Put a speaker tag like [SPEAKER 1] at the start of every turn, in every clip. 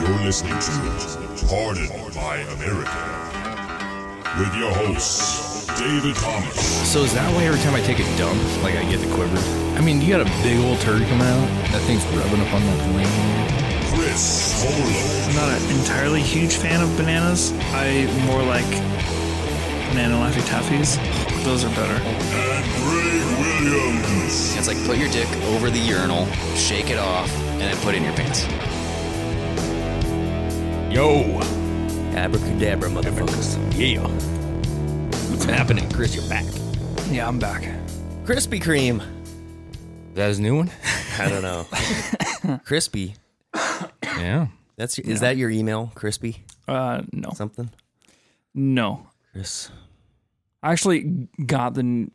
[SPEAKER 1] You're listening to Pardon by America with your hosts, David Thomas
[SPEAKER 2] So is that why every time I take a dump, like I get the quiver? I mean, you got a big old turd coming out. That thing's rubbing up on that wing.
[SPEAKER 1] Chris Holo,
[SPEAKER 3] I'm not an entirely huge fan of bananas. I more like banana laffy taffies. Those are better.
[SPEAKER 1] and Ray Williams.
[SPEAKER 4] It's like put your dick over the urinal, shake it off, and then put it in your pants.
[SPEAKER 2] Yo,
[SPEAKER 5] Abracadabra, motherfuckers.
[SPEAKER 2] yeah. What's happening?
[SPEAKER 5] Chris, you're back.
[SPEAKER 3] Yeah, I'm back.
[SPEAKER 5] Krispy Kreme.
[SPEAKER 2] That is a new one.
[SPEAKER 5] I don't know. Crispy.
[SPEAKER 2] Yeah.
[SPEAKER 5] That's your, is that your email? Crispy
[SPEAKER 3] Uh, no,
[SPEAKER 5] something?
[SPEAKER 3] no.
[SPEAKER 5] Chris.
[SPEAKER 3] I actually got the n-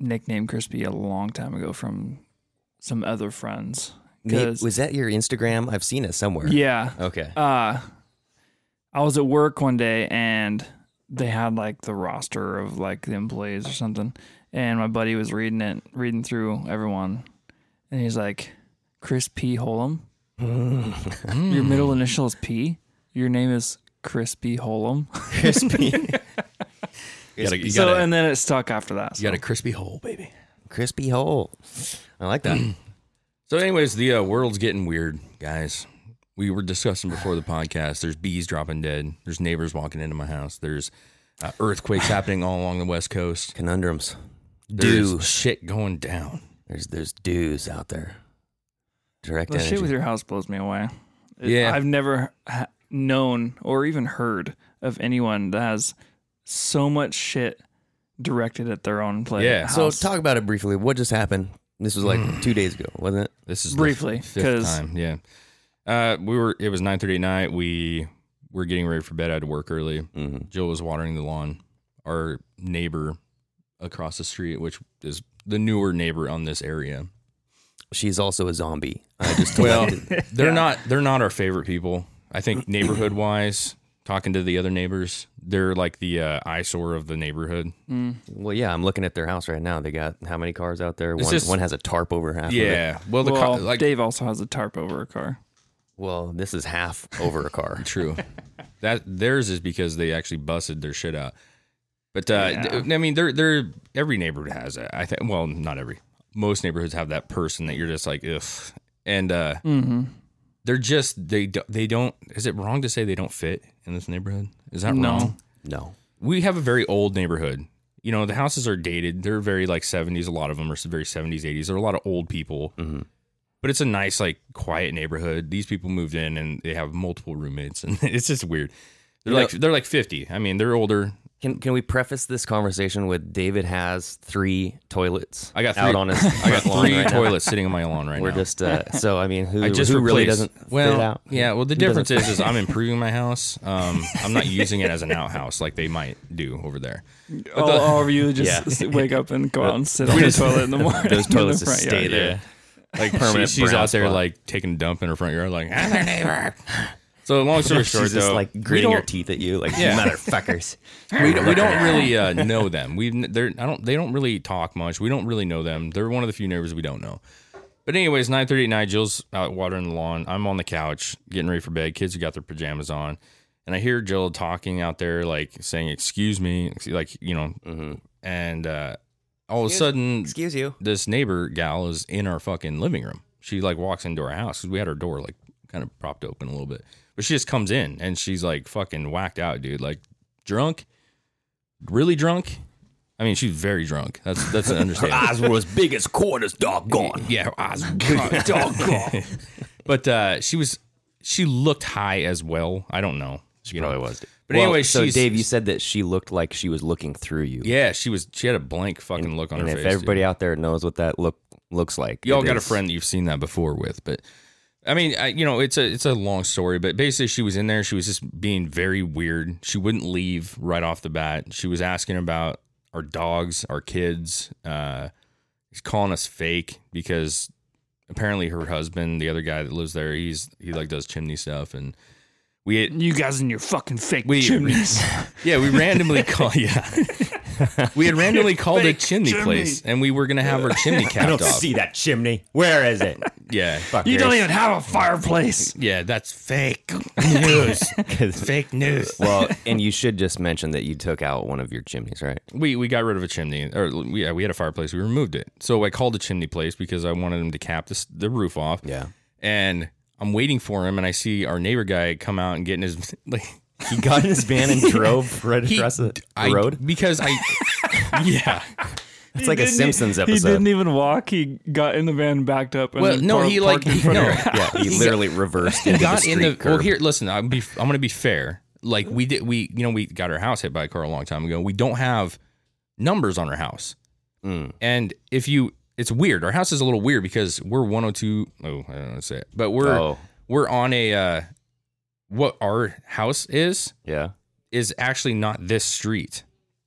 [SPEAKER 3] nickname Crispy a long time ago from some other friends.
[SPEAKER 5] Maybe-
[SPEAKER 3] 'Cause-
[SPEAKER 5] was that your Instagram? I've seen it somewhere.
[SPEAKER 3] yeah.
[SPEAKER 5] Okay.
[SPEAKER 3] uh I was at work one day and they had like the roster of like the employees or something and my buddy was reading it reading through everyone and he's like Chris P Holum your middle initial is P your name is Chris P Holum
[SPEAKER 5] Crispy.
[SPEAKER 2] You got, a, you,
[SPEAKER 3] so
[SPEAKER 2] got a,
[SPEAKER 3] and then it stuck after that
[SPEAKER 2] you
[SPEAKER 3] so.
[SPEAKER 2] got a crispy hole, baby.
[SPEAKER 5] Crispy hole. I like that.
[SPEAKER 2] So, anyways, the uh, world's getting weird, guys. We were discussing before the podcast. There's bees dropping dead. There's neighbors walking into my house. There's uh, earthquakes happening all along the west coast.
[SPEAKER 5] Conundrums.
[SPEAKER 2] There's
[SPEAKER 5] Dues.
[SPEAKER 2] shit going down.
[SPEAKER 5] There's there's dues out there. Direct
[SPEAKER 3] the
[SPEAKER 5] energy.
[SPEAKER 3] shit with your house blows me away It-
[SPEAKER 2] Yeah.
[SPEAKER 3] I've never ha- known or even heard of anyone that has so much shit directed at their own place
[SPEAKER 2] Yeah.
[SPEAKER 5] so
[SPEAKER 3] house.
[SPEAKER 5] talk about it briefly. What just happened? This was like two days ago, wasn't it?
[SPEAKER 2] This is
[SPEAKER 3] Briefly,
[SPEAKER 2] the fifth
[SPEAKER 3] 'cause-
[SPEAKER 2] time. Yeah, uh, we were. It was nine thirty at night. We were getting ready for bed. I had to work early.
[SPEAKER 3] Mm-hmm.
[SPEAKER 2] Jill was watering the lawn. Our neighbor across the street, which is the newer neighbor on this area,
[SPEAKER 5] She's also a zombie. Uh, I just
[SPEAKER 2] well,
[SPEAKER 5] collected-
[SPEAKER 2] they're not they're not our favorite people. I think neighborhood wise, talking to the other neighbors, they're like the uh, eyesore of the neighborhood.
[SPEAKER 5] Well, yeah, I'm looking at their house right now. They got how many cars out there?
[SPEAKER 2] It's
[SPEAKER 5] One,
[SPEAKER 2] just-
[SPEAKER 5] one has a tarp over half. Of it.
[SPEAKER 2] Yeah. Well, the co-
[SPEAKER 3] well,
[SPEAKER 2] like
[SPEAKER 3] Dave also has a tarp over a car.
[SPEAKER 5] Well, this is half over a car.
[SPEAKER 2] True. that theirs is because they actually busted their shit out. But uh, th- I mean, they're they're every neighborhood has that. I think. Well, not every. Most neighborhoods have that person that you're just like, ugh. And uh,
[SPEAKER 3] Mm-hmm.
[SPEAKER 2] they're just they do, they don't. Is it wrong to say they don't fit in this neighborhood? Is that
[SPEAKER 3] No.
[SPEAKER 2] wrong?
[SPEAKER 5] No.
[SPEAKER 2] We have a very old neighborhood. You know, the houses are dated. They're very like 70s. A lot of them are very 70s, 80s. There are a lot of old people.
[SPEAKER 5] Mm-hmm.
[SPEAKER 2] But it's a nice, like, quiet neighborhood. These people moved in and they have multiple roommates, and it's just weird. They're
[SPEAKER 5] You
[SPEAKER 2] like they're like 50. I mean, they're older.
[SPEAKER 5] Can can we preface this conversation with David has three toilets?
[SPEAKER 2] I got three,
[SPEAKER 5] out on his.
[SPEAKER 2] I got
[SPEAKER 5] front lawn
[SPEAKER 2] three
[SPEAKER 5] right now.
[SPEAKER 2] toilets sitting on my lawn right
[SPEAKER 5] We're
[SPEAKER 2] now.
[SPEAKER 5] just uh, so I mean, who,
[SPEAKER 2] I just
[SPEAKER 5] who really
[SPEAKER 2] replaced-
[SPEAKER 5] doesn't
[SPEAKER 2] well,
[SPEAKER 5] fit out?
[SPEAKER 2] Yeah, well, the
[SPEAKER 5] Who
[SPEAKER 2] difference
[SPEAKER 5] doesn't-
[SPEAKER 2] is, is I'm improving my house. Um, I'm not using it as an outhouse like they might do over there.
[SPEAKER 3] Or,
[SPEAKER 2] the-
[SPEAKER 3] or you just
[SPEAKER 5] Yeah.
[SPEAKER 3] s- wake up and go out and sit on the toilet in the morning.
[SPEAKER 5] Those
[SPEAKER 3] in the
[SPEAKER 5] toilets
[SPEAKER 3] front
[SPEAKER 5] just
[SPEAKER 3] yard.
[SPEAKER 5] stay there.
[SPEAKER 2] Like
[SPEAKER 5] permanent
[SPEAKER 2] she, she's
[SPEAKER 5] brown
[SPEAKER 2] out there
[SPEAKER 5] spot.
[SPEAKER 2] like taking a dump in her front yard, like I'm her neighbor. So long story
[SPEAKER 5] She's
[SPEAKER 2] short,
[SPEAKER 5] just
[SPEAKER 2] though,
[SPEAKER 5] like
[SPEAKER 2] we
[SPEAKER 5] gritting her
[SPEAKER 2] don't-
[SPEAKER 5] teeth at you, like
[SPEAKER 2] Yeah.
[SPEAKER 5] motherfuckers.
[SPEAKER 2] we don't, we don't really uh, know them. We they're I don't they don't really talk much. We don't really know them. They're one of the few neighbors we don't know. But anyways, nine thirty nine. Jill's out watering the lawn. I'm on the couch getting ready for bed. Kids have got their pajamas on, and I hear Jill talking out there, like saying "Excuse me," like you know, and uh, all of a sudden,
[SPEAKER 5] Mm-hmm. Excuse you.
[SPEAKER 2] this neighbor gal is in our fucking living room. She like walks into our house because we had our door like kind of propped open a little bit, but she just comes in and she's like fucking whacked out, dude. Like drunk, really drunk. I mean, she's very drunk. That's that's an understatement.
[SPEAKER 5] were as big as quarters, doggone.
[SPEAKER 2] yeah, her eyes were drunk, doggone. but uh, she was she looked high as well. I don't know. She
[SPEAKER 5] probably
[SPEAKER 2] was. But
[SPEAKER 5] But Oh, well,
[SPEAKER 2] anyway,
[SPEAKER 5] anyway, so
[SPEAKER 2] she's-
[SPEAKER 5] Dave, you said that she looked like she was looking through you.
[SPEAKER 2] Yeah, she was. She had a blank fucking look on
[SPEAKER 5] and
[SPEAKER 2] her
[SPEAKER 5] if
[SPEAKER 2] face. dude.
[SPEAKER 5] everybody out there knows what that look looks like,
[SPEAKER 2] Y'all
[SPEAKER 5] it
[SPEAKER 2] got a
[SPEAKER 5] is-
[SPEAKER 2] friend that you've seen that before with, but I mean, I, you know, it's a it's a long story, but basically, she was in there. She was just being very weird. She wouldn't leave right off the bat. She was asking about our dogs, our kids. Uh, he's calling us fake because apparently her husband, the other guy that lives there, he's he like does chimney stuff, and we
[SPEAKER 3] You guys and your fucking fake
[SPEAKER 2] we
[SPEAKER 3] chimneys.
[SPEAKER 2] yeah, we randomly call yeah. We had randomly called a chimney, place, and we were gonna have our chimney
[SPEAKER 6] I
[SPEAKER 2] capped
[SPEAKER 6] don't
[SPEAKER 2] off.
[SPEAKER 6] see that chimney. Where is it?
[SPEAKER 2] Yeah,
[SPEAKER 3] You don't even have a fireplace.
[SPEAKER 2] yeah, that's fake news. fake news.
[SPEAKER 5] Well, and you should just mention that you took out one of your chimneys, right?
[SPEAKER 2] we we got rid of a chimney, or we- yeah, we had a fireplace. We removed it, so I called a chimney place because I wanted him to cap this, the roof off.
[SPEAKER 5] Yeah.
[SPEAKER 2] and I'm waiting for him, and I see our neighbor guy come out and get in his like
[SPEAKER 5] He got in his van and drove right
[SPEAKER 2] he-
[SPEAKER 5] across the
[SPEAKER 2] I-
[SPEAKER 5] road.
[SPEAKER 2] because I yeah
[SPEAKER 5] It's like a
[SPEAKER 3] didn't e-
[SPEAKER 5] Simpsons
[SPEAKER 3] He
[SPEAKER 5] episode.
[SPEAKER 3] didn't even walk. He got in the van, backed up. And
[SPEAKER 2] well
[SPEAKER 3] then
[SPEAKER 2] no
[SPEAKER 3] par-
[SPEAKER 2] he like
[SPEAKER 3] parked in
[SPEAKER 2] he,
[SPEAKER 3] front of
[SPEAKER 2] no
[SPEAKER 3] her.
[SPEAKER 5] yeah, he literally reversed into the
[SPEAKER 2] got
[SPEAKER 5] street
[SPEAKER 2] in the well
[SPEAKER 5] curb.
[SPEAKER 2] here listen I'm be I'm gonna be fair like we did we you know we got our house hit by a car a long time ago we don't have numbers on our house
[SPEAKER 5] Mm.
[SPEAKER 2] and if you it's weird our house is a little weird because we're 102 oh I don't know how to say it but we're
[SPEAKER 5] Oh.
[SPEAKER 2] we're on a uh what our house is
[SPEAKER 5] yeah.
[SPEAKER 2] is actually not this street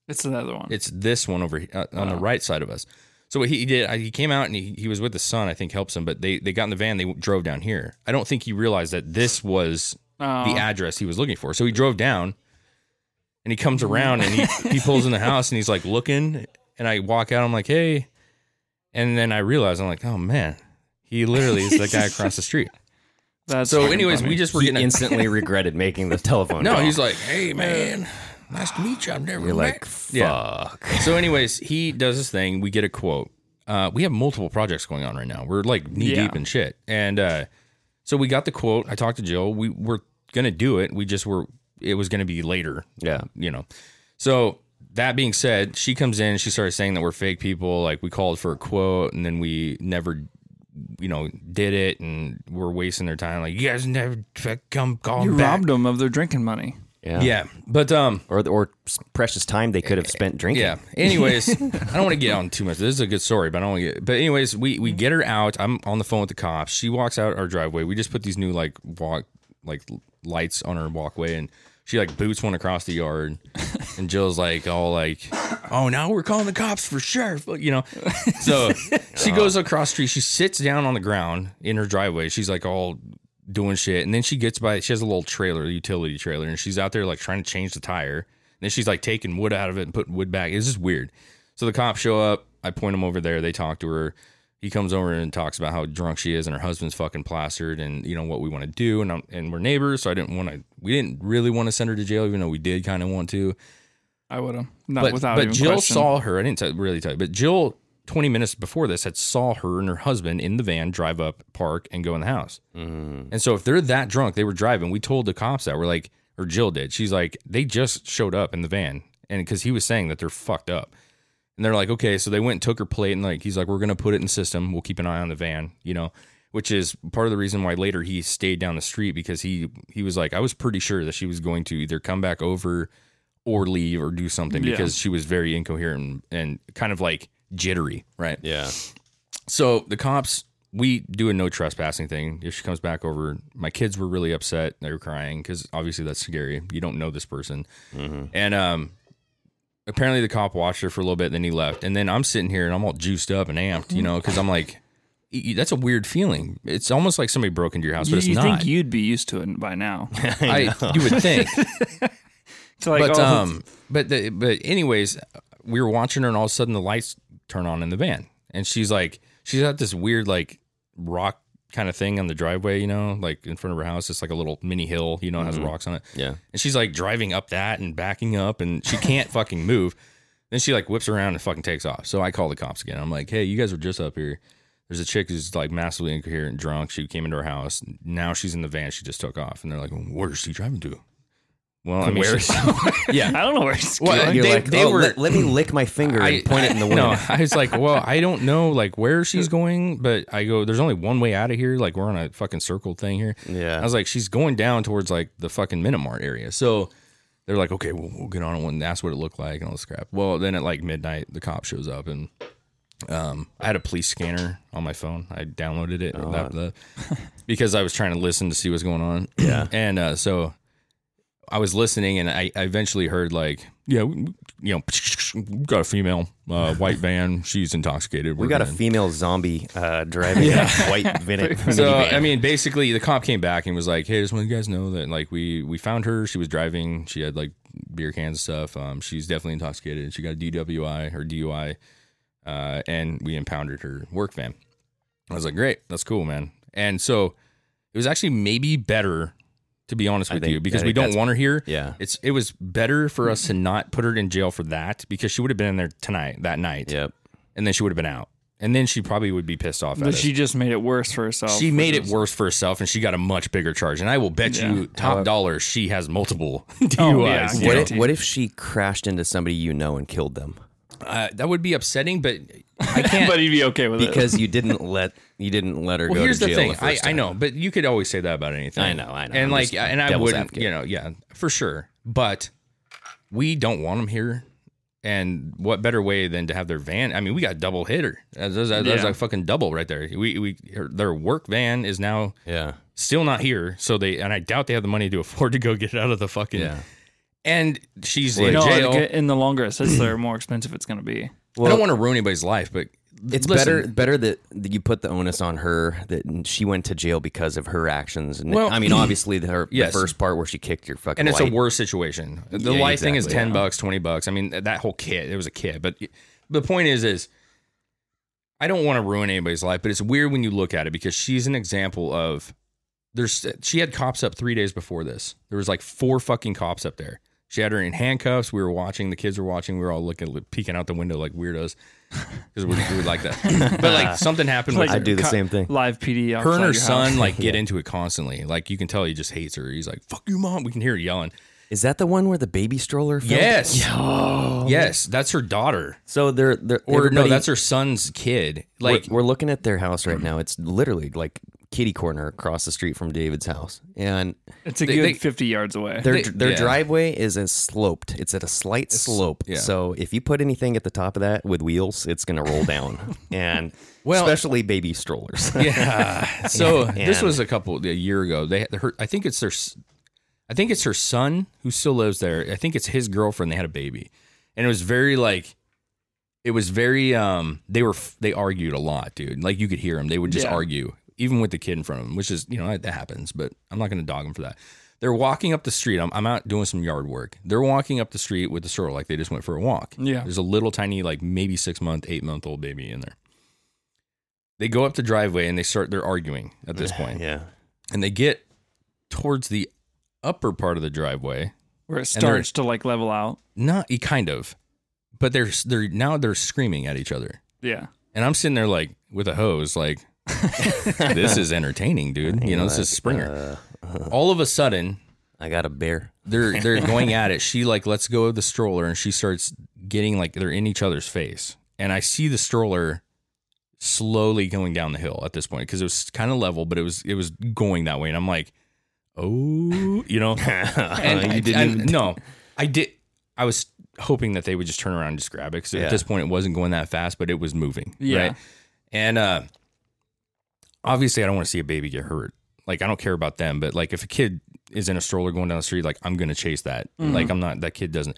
[SPEAKER 3] It's another one.
[SPEAKER 2] it's this one over here, uh, on the right side of us. So what he did, I- he came out and he, he was with his son, I think helps him, but they, they got in the van, they drove down here. I don't think he realized that this was the address he was looking for. So he drove down and he comes around and he, he pulls in the house and he's like looking. And I walk out, I'm like, hey. And then I realize, I'm like, oh man, he literally is the guy across the street.
[SPEAKER 3] That's
[SPEAKER 2] So,
[SPEAKER 3] fucking
[SPEAKER 2] anyways,
[SPEAKER 3] funny.
[SPEAKER 2] we just were
[SPEAKER 5] He
[SPEAKER 2] getting.
[SPEAKER 5] instantly regretted making the telephone.
[SPEAKER 2] no,
[SPEAKER 5] call.
[SPEAKER 2] he's like, hey man, nice to meet you. I've never
[SPEAKER 5] You're
[SPEAKER 2] met
[SPEAKER 5] like, fuck.
[SPEAKER 2] Yeah. So, anyways, he does his thing. We get a quote. Uh, we have multiple projects going on right now. We're like knee
[SPEAKER 3] Yeah.
[SPEAKER 2] deep in shit. And uh, so we got the quote. I talked to Jill. We were gonna do it. We just were. It was gonna be later.
[SPEAKER 5] Yeah.
[SPEAKER 2] You know. So that being said, she comes in. She started saying that we're fake people. Like we called for a quote, and then we never. You know, did it, and we're wasting their time. Like you guys never f- come call
[SPEAKER 3] you
[SPEAKER 2] back.
[SPEAKER 3] robbed them of their drinking money.
[SPEAKER 5] Yeah.
[SPEAKER 2] Yeah, but um,
[SPEAKER 5] Or, or s- precious time they could have spent drinking.
[SPEAKER 2] Yeah. Anyways, I don't want to get on too much. This is a good story, but I don't want to get. But anyways, we we get her out. I'm on the phone with the cops. She walks out our driveway. We just put these new like walk like l- lights on her walkway, and she like boots one across the yard. And Jill's like all like, "Oh, now we're calling the cops for sure," but, you know. So she goes across the street. She sits down on the ground in her driveway. She's like all doing shit. And then she gets by, she has a little trailer, utility trailer, and she's out there like trying to change the tire. And then she's like taking wood out of it and putting wood back. It's just weird. So the cops show up. I point them over there. They talk to her. He comes over and talks about how drunk she is and her husband's fucking plastered and you know what we want to do. And I'm, and we're neighbors. So I didn't want to, we didn't really want to send her to jail, even though we did kind of want to
[SPEAKER 3] I would have. Not
[SPEAKER 2] but,
[SPEAKER 3] without
[SPEAKER 2] but
[SPEAKER 3] even
[SPEAKER 2] Jill
[SPEAKER 3] question.
[SPEAKER 2] saw her. I didn't tell, really tell you, but Jill, 20 minutes before this, had saw her and her husband in the van drive up, park, and go in the house. And so if they're that drunk, they were driving. We told the cops that we're like, or Jill did. She's like, they just showed up in the van, and because he was saying that they're fucked up. And they're like, okay, so they went and took her plate, and like he's like, we're gonna put it in system. We'll keep an eye on the van, you know, which is part of the reason why later he stayed down the street because he he was like, I was pretty sure that she was going to either come back over or leave or do something
[SPEAKER 3] Yeah.
[SPEAKER 2] because she was very incoherent and, and kind of like jittery, right?
[SPEAKER 5] Yeah.
[SPEAKER 2] So the cops, we do a no trespassing thing. If she comes back over, my kids were really upset. They were crying because obviously that's scary. You don't know this person. And um, apparently the cop watched her for a little bit, then he left. And then I'm sitting here and I'm all juiced up and amped, you know, because I'm like, y- y- that's a weird feeling. It's almost like somebody broke into your house, but
[SPEAKER 3] You,
[SPEAKER 2] it's
[SPEAKER 3] you
[SPEAKER 2] not.
[SPEAKER 3] think you'd be used to it by now?
[SPEAKER 2] I, you would think.
[SPEAKER 3] It's like,
[SPEAKER 2] but
[SPEAKER 3] oh,
[SPEAKER 2] um, but the, but anyways, we were watching her, and all of a sudden the lights turn on in the van, and she's like, she's got this weird like rock kind of thing on the driveway, you know, like in front of her house. It's like a little mini hill, you know, it has rocks on it.
[SPEAKER 5] Yeah.
[SPEAKER 2] and she's like driving up that and backing up, and she can't fucking move. Then she like whips around and fucking takes off. So I call the cops again. I'm like, hey, you guys were just up here. There's a chick who's like massively incoherent, drunk. She came into our house. Now she's in the van. She just took off, and they're like, "Where's she driving to?" Well, I mean,
[SPEAKER 5] Where
[SPEAKER 2] she-
[SPEAKER 5] is
[SPEAKER 2] yeah,
[SPEAKER 3] I don't know where it's
[SPEAKER 2] Well,
[SPEAKER 3] going.
[SPEAKER 5] You're
[SPEAKER 2] Uh, They-
[SPEAKER 5] like,
[SPEAKER 2] they
[SPEAKER 5] oh,
[SPEAKER 2] were-
[SPEAKER 5] let, let me lick my finger and point it in the window.
[SPEAKER 2] No, I was like, well, I don't know like where she's going, but I go, there's only one way out of here. Like we're on a fucking circle thing here.
[SPEAKER 5] Yeah.
[SPEAKER 2] I was like, she's going down towards like the fucking Minute Mart area. So they're like, okay, well, we'll get on it and that's what it looked like and all this crap. Well, then at like midnight, the cop shows up and Um, I had a police scanner on my phone. I downloaded it
[SPEAKER 5] Oh.
[SPEAKER 2] without the, because I was trying to listen to see what's going on. Yeah. And uh, so I was listening, and I, I eventually heard like, yeah, we- you know, we got a female uh, white van. She's intoxicated.
[SPEAKER 5] We got a
[SPEAKER 2] gonna-
[SPEAKER 5] female zombie uh, driving a white vin-
[SPEAKER 2] so
[SPEAKER 5] minivan.
[SPEAKER 2] I mean, basically, the cop came back and was like, "Hey, just want you guys to know that like we we found her. She was driving. She had like beer cans and stuff. Um, she's definitely intoxicated. She got a DWI or DUI, uh, and we impounded her work van." I was like, "Great, that's cool, man." And so it was actually maybe better, to be honest
[SPEAKER 5] I
[SPEAKER 2] with
[SPEAKER 5] think-
[SPEAKER 2] you,
[SPEAKER 5] I
[SPEAKER 2] because we
[SPEAKER 5] think
[SPEAKER 2] don't
[SPEAKER 5] that's-
[SPEAKER 2] want her here.
[SPEAKER 5] yeah.
[SPEAKER 2] it's it was better for us to not put her in jail for that because she would have been in there tonight that night,
[SPEAKER 5] yep.
[SPEAKER 2] and then she would have been out. And then she probably would be pissed off.
[SPEAKER 3] But
[SPEAKER 2] at us.
[SPEAKER 3] she just made it worse for herself.
[SPEAKER 2] She
[SPEAKER 3] which
[SPEAKER 2] made it
[SPEAKER 3] is-
[SPEAKER 2] worse for herself, and she got a much bigger charge. And I will bet you top
[SPEAKER 5] Uh,
[SPEAKER 2] dollar she has multiple DUIs.
[SPEAKER 3] Oh, yeah,
[SPEAKER 2] you
[SPEAKER 5] What
[SPEAKER 2] know?
[SPEAKER 5] if, what if she crashed into somebody you know and killed them
[SPEAKER 2] Uh, that would be upsetting, but I can't.
[SPEAKER 3] But he'd be okay with it.
[SPEAKER 5] because you didn't let you didn't let her
[SPEAKER 2] well,
[SPEAKER 5] go
[SPEAKER 2] here's
[SPEAKER 5] to
[SPEAKER 2] the
[SPEAKER 5] jail?
[SPEAKER 2] thing. I,
[SPEAKER 5] first
[SPEAKER 2] I
[SPEAKER 5] time.
[SPEAKER 2] know, but you could always say that about anything.
[SPEAKER 5] I know, I know.
[SPEAKER 2] And
[SPEAKER 5] I'm
[SPEAKER 2] like,
[SPEAKER 5] just
[SPEAKER 2] and I
[SPEAKER 5] devil's
[SPEAKER 2] wouldn't,
[SPEAKER 5] advocate.
[SPEAKER 2] you know, yeah, for sure. But we don't want them here. And what better way than to have their van? I mean, we got double hitter. That's, that's, that's
[SPEAKER 3] Yeah.
[SPEAKER 2] a fucking double right there. We we her, their work van is now
[SPEAKER 5] Yeah.
[SPEAKER 2] still not here. So they and I doubt they have the money to afford to go get out of the fucking.
[SPEAKER 5] Yeah.
[SPEAKER 2] And she's
[SPEAKER 3] You
[SPEAKER 2] in
[SPEAKER 3] know,
[SPEAKER 2] jail.
[SPEAKER 3] like, in the longer it sits there, more expensive it's going to be.
[SPEAKER 2] I don't want to ruin anybody's life, but
[SPEAKER 5] It's better better that, that you put the onus on her that she went to jail because of her actions. And
[SPEAKER 2] Well-
[SPEAKER 5] I mean, obviously, the, her,
[SPEAKER 2] Yes.
[SPEAKER 5] the first part where she kicked your fucking
[SPEAKER 2] And it's a
[SPEAKER 5] light.
[SPEAKER 2] worse situation. The
[SPEAKER 5] Yeah,
[SPEAKER 2] light thing is
[SPEAKER 5] exactly.
[SPEAKER 2] ten bucks, twenty bucks. I mean, that whole kit. It was a kit, but the point is, is I don't want to ruin anybody's life, but it's weird when you look at it because she's an example of there's she had cops up three days before this. There was like four fucking cops up there. She had her in handcuffs. We were watching. The kids were watching. We were all looking, peeking out the window like weirdos because we would like that. But like something happened. with
[SPEAKER 3] Like
[SPEAKER 5] I
[SPEAKER 2] her.
[SPEAKER 5] do the
[SPEAKER 3] co-
[SPEAKER 5] same thing.
[SPEAKER 3] Live
[SPEAKER 2] her
[SPEAKER 3] PD.
[SPEAKER 2] and her
[SPEAKER 3] outside your house.
[SPEAKER 2] son like get into it constantly. Like you can tell he just hates her. He's like, "Fuck you, mom." We can hear her yelling.
[SPEAKER 5] Is that the one where the baby stroller? fell?
[SPEAKER 2] Yes, yes, that's her daughter.
[SPEAKER 5] So they're they're
[SPEAKER 2] Or no,
[SPEAKER 5] everybody-
[SPEAKER 2] that's her son's kid.
[SPEAKER 5] We're-
[SPEAKER 2] Like
[SPEAKER 5] we're, looking at their house right now. It's literally like kitty corner across the street from David's house, and
[SPEAKER 3] It's a
[SPEAKER 2] They-
[SPEAKER 3] good
[SPEAKER 2] they-
[SPEAKER 3] 50 yards away.
[SPEAKER 5] their
[SPEAKER 2] They-
[SPEAKER 5] their
[SPEAKER 2] yeah.
[SPEAKER 5] driveway is a sloped. It's at a slight slope.
[SPEAKER 2] yeah.
[SPEAKER 5] So if you put anything at the top of that with wheels, it's gonna roll down. and
[SPEAKER 2] Well-
[SPEAKER 5] especially baby strollers.
[SPEAKER 2] yeah. So this
[SPEAKER 5] And-
[SPEAKER 2] was a couple a year ago. They her, I think it's their, s- I think it's her son who still lives there. I think it's his girlfriend. They had a baby, and it was very like, it was very um. They were f- they argued a lot, dude. Like you could hear them. They would just
[SPEAKER 3] Yeah.
[SPEAKER 2] argue, even with the kid in front of them, which is you know that happens. But I'm not gonna dog them for that. They're walking up the street. I'm, I'm out doing some yard work. They're walking up the street with the stroller, like they just went for a walk.
[SPEAKER 3] Yeah.
[SPEAKER 2] There's a little tiny, like maybe six month, eight month old baby in there they go up the driveway and they start they're arguing at this point
[SPEAKER 5] yeah.
[SPEAKER 2] and they get towards the upper part of the driveway
[SPEAKER 3] where it
[SPEAKER 2] and they're-
[SPEAKER 3] starts to like level out.
[SPEAKER 2] not e, kind of but they're they're now they're screaming at each other
[SPEAKER 3] Yeah.
[SPEAKER 2] and i'm sitting there like with a hose like this is entertaining dude you know this is springer all of a sudden
[SPEAKER 5] I got a bear.
[SPEAKER 2] they're they're going at it. She like lets go of the stroller and she starts getting like they're in each other's face. And I see the stroller slowly going down the hill at this point because it was kind of level, but it was it was going that way. And I'm like, oh, you know, and you didn't. no, I did. I was hoping that they would just turn around and just grab it because at
[SPEAKER 5] Yeah.
[SPEAKER 2] this point it wasn't going that fast, but it was moving.
[SPEAKER 3] Yeah.
[SPEAKER 2] Right? And uh, obviously, I don't want to see a baby get hurt. Like, I don't care about them, but like, if a kid is in a stroller going down the street, like, I'm going to chase that. Like, I'm not, that kid doesn't.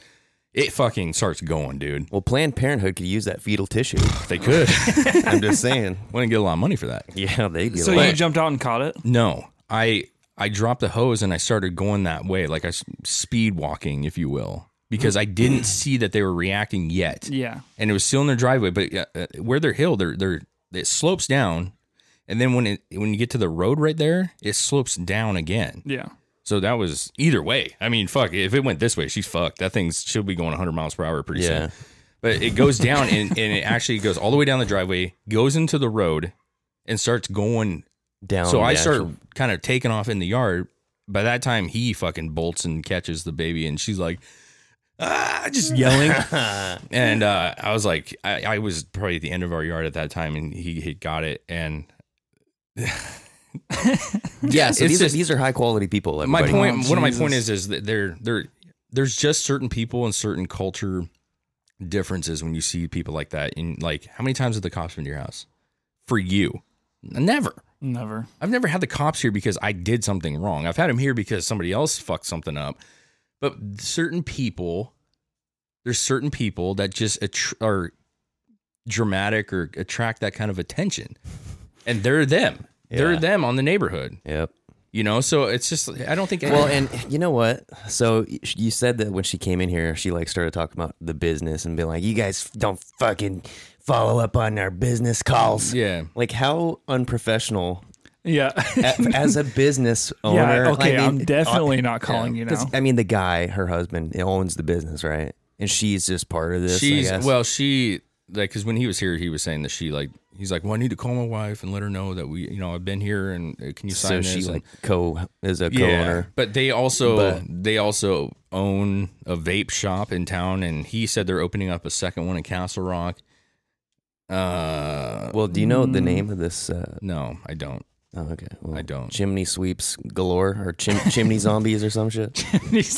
[SPEAKER 2] It fucking starts going, dude.
[SPEAKER 5] Well, Planned Parenthood could use that fetal tissue.
[SPEAKER 2] If they could,
[SPEAKER 5] I'm just saying.
[SPEAKER 2] wouldn't get a lot of money for that.
[SPEAKER 5] Yeah, they do.
[SPEAKER 3] So
[SPEAKER 5] But-
[SPEAKER 3] you jumped out and caught it?
[SPEAKER 2] No, I I dropped the hose and I started going that way, like I s- speed walking, if you will, because I didn't see that they were reacting yet.
[SPEAKER 3] Yeah.
[SPEAKER 2] and it was still in their driveway, but uh, uh, where they're hill, they're they're it slopes down, and then when it when you get to the road right there, it slopes down again.
[SPEAKER 3] Yeah.
[SPEAKER 2] So that was either way. I mean, fuck, if it went this way, she's fucked. That thing's she'll be going 100 miles per hour pretty
[SPEAKER 5] Yeah.
[SPEAKER 2] soon. But it goes down and, and it actually goes all the way down the driveway, goes into the road, and starts going
[SPEAKER 5] down.
[SPEAKER 2] so I
[SPEAKER 5] the
[SPEAKER 2] start
[SPEAKER 5] actual-
[SPEAKER 2] kind of taking off in the yard. By that time, he fucking bolts and catches the baby, and she's like, ah, just yelling. and uh, I was like, I, I was probably at the end of our yard at that time, and he, he got it. And
[SPEAKER 5] Yeah, so
[SPEAKER 2] it's
[SPEAKER 5] these
[SPEAKER 2] just-
[SPEAKER 5] are these are high quality people.
[SPEAKER 2] my
[SPEAKER 5] Everybody.
[SPEAKER 2] point,
[SPEAKER 3] Oh,
[SPEAKER 2] one of my
[SPEAKER 3] Jesus.
[SPEAKER 2] point is, is that there, there, there's just certain people in certain culture difference is when you see people like that. And like, how many times have the cops been to your house? For you, never.
[SPEAKER 3] Never.
[SPEAKER 2] I've never had the cops here because I did something wrong. I've had them here because somebody else fucked something up. But certain people, there's certain people that just attr- are dramatic or attract that kind of attention, and they're them. They're
[SPEAKER 5] Yeah.
[SPEAKER 2] them on the neighborhood.
[SPEAKER 5] Yep.
[SPEAKER 2] You know, so it's just I don't think.
[SPEAKER 5] Well, and you know what? So sh- you said that when she came in here, she like started talking about the business and being like, "You guys don't fucking follow up on our business calls."
[SPEAKER 2] yeah,
[SPEAKER 5] Like how unprofessional
[SPEAKER 3] Yeah.
[SPEAKER 5] a- as a business owner.
[SPEAKER 3] yeah. Okay.
[SPEAKER 5] I
[SPEAKER 3] I
[SPEAKER 5] mean,
[SPEAKER 3] am definitely not calling you
[SPEAKER 5] Because,
[SPEAKER 3] now.
[SPEAKER 5] I mean, the guy, her husband, owns the business, right? And she's just part of this.
[SPEAKER 2] she's
[SPEAKER 5] I guess.
[SPEAKER 2] well, she like because when he was here, he was saying that she like he's like, well, I need to call my wife and let her know that we, you know, I've been here and uh, can you
[SPEAKER 5] so
[SPEAKER 2] sign this?
[SPEAKER 5] she
[SPEAKER 2] And-
[SPEAKER 5] like co is a co-owner.
[SPEAKER 2] But they also
[SPEAKER 5] But-
[SPEAKER 2] they also own a vape shop in town, and he said they're opening up a second one in Castle Rock. Uh,
[SPEAKER 5] Well, do you know the name of this? Uh,
[SPEAKER 2] no, I don't.
[SPEAKER 5] oh, okay, well,
[SPEAKER 2] I don't.
[SPEAKER 5] Chimney sweeps galore, or chim- chimney zombies, or some shit.
[SPEAKER 3] These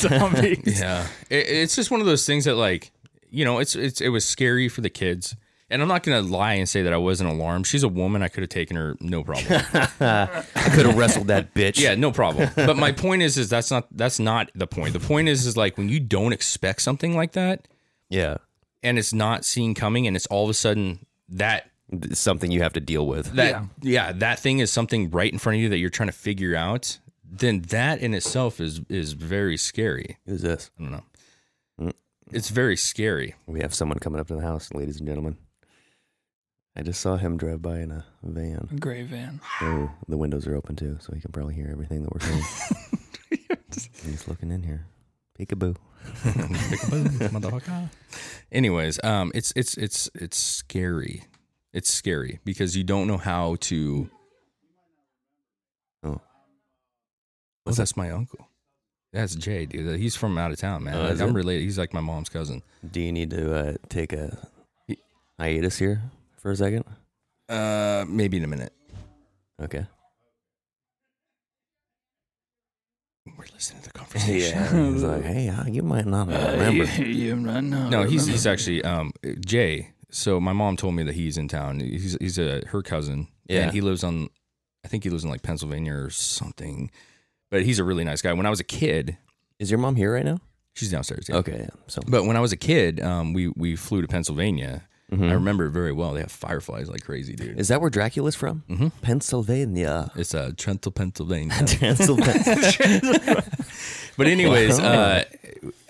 [SPEAKER 3] zombies.
[SPEAKER 2] Yeah, it, it's just one of those things that like you know, it's it's it was scary for the kids. And I'm not gonna lie and say that I wasn't alarmed. She's a woman. I could have taken her, no problem.
[SPEAKER 5] I could have wrestled that bitch.
[SPEAKER 2] yeah, no problem. But my point is, is that's not that's not the point. The point is, is like when you don't expect something like that,
[SPEAKER 5] yeah.
[SPEAKER 2] and it's not seen coming, and it's all of a sudden that
[SPEAKER 5] It's Something you have to deal with.
[SPEAKER 2] that yeah. that thing is something right in front of you that you're trying to figure out then that in itself is is very scary
[SPEAKER 5] Who's this?
[SPEAKER 2] i don't know
[SPEAKER 5] Mm.
[SPEAKER 2] it's very scary
[SPEAKER 5] We have someone coming up to the house, ladies and gentlemen. I just saw him drive by in a van.
[SPEAKER 3] Gray van.
[SPEAKER 5] Oh, the windows are open too, so he can probably hear everything that we're saying. He's looking in here. Peekaboo.
[SPEAKER 2] anyways um it's it's it's it's scary it's scary because you don't know how to
[SPEAKER 5] Oh.
[SPEAKER 2] oh that's my uncle that's jay dude he's from out of town man
[SPEAKER 5] Oh, is
[SPEAKER 2] i'm
[SPEAKER 5] it?
[SPEAKER 2] related he's like my mom's cousin
[SPEAKER 5] Do you need to uh, take a hiatus here for a second?
[SPEAKER 2] uh maybe in a minute
[SPEAKER 5] Okay.
[SPEAKER 2] we're listening to the conversation
[SPEAKER 5] He's like, hey, uh, you might not remember.
[SPEAKER 2] No, he's he's actually um, Jay. So my mom told me that he's in town. He's he's a her cousin,
[SPEAKER 5] Yeah.
[SPEAKER 2] and he lives on. I think he lives in like Pennsylvania or something. But he's a really nice guy. When I was a kid,
[SPEAKER 5] Is your mom here right now?
[SPEAKER 2] she's downstairs. yeah.
[SPEAKER 5] Okay. yeah, So
[SPEAKER 2] But when I was a kid, um, we we flew to Pennsylvania. I remember it very well. They have fireflies like crazy, dude.
[SPEAKER 5] Mm-hmm. is that where Dracula's from? Mm-hmm. Pennsylvania.
[SPEAKER 2] It's uh, Trenton, Pennsylvania.
[SPEAKER 5] Transylvania.
[SPEAKER 2] But anyways, uh,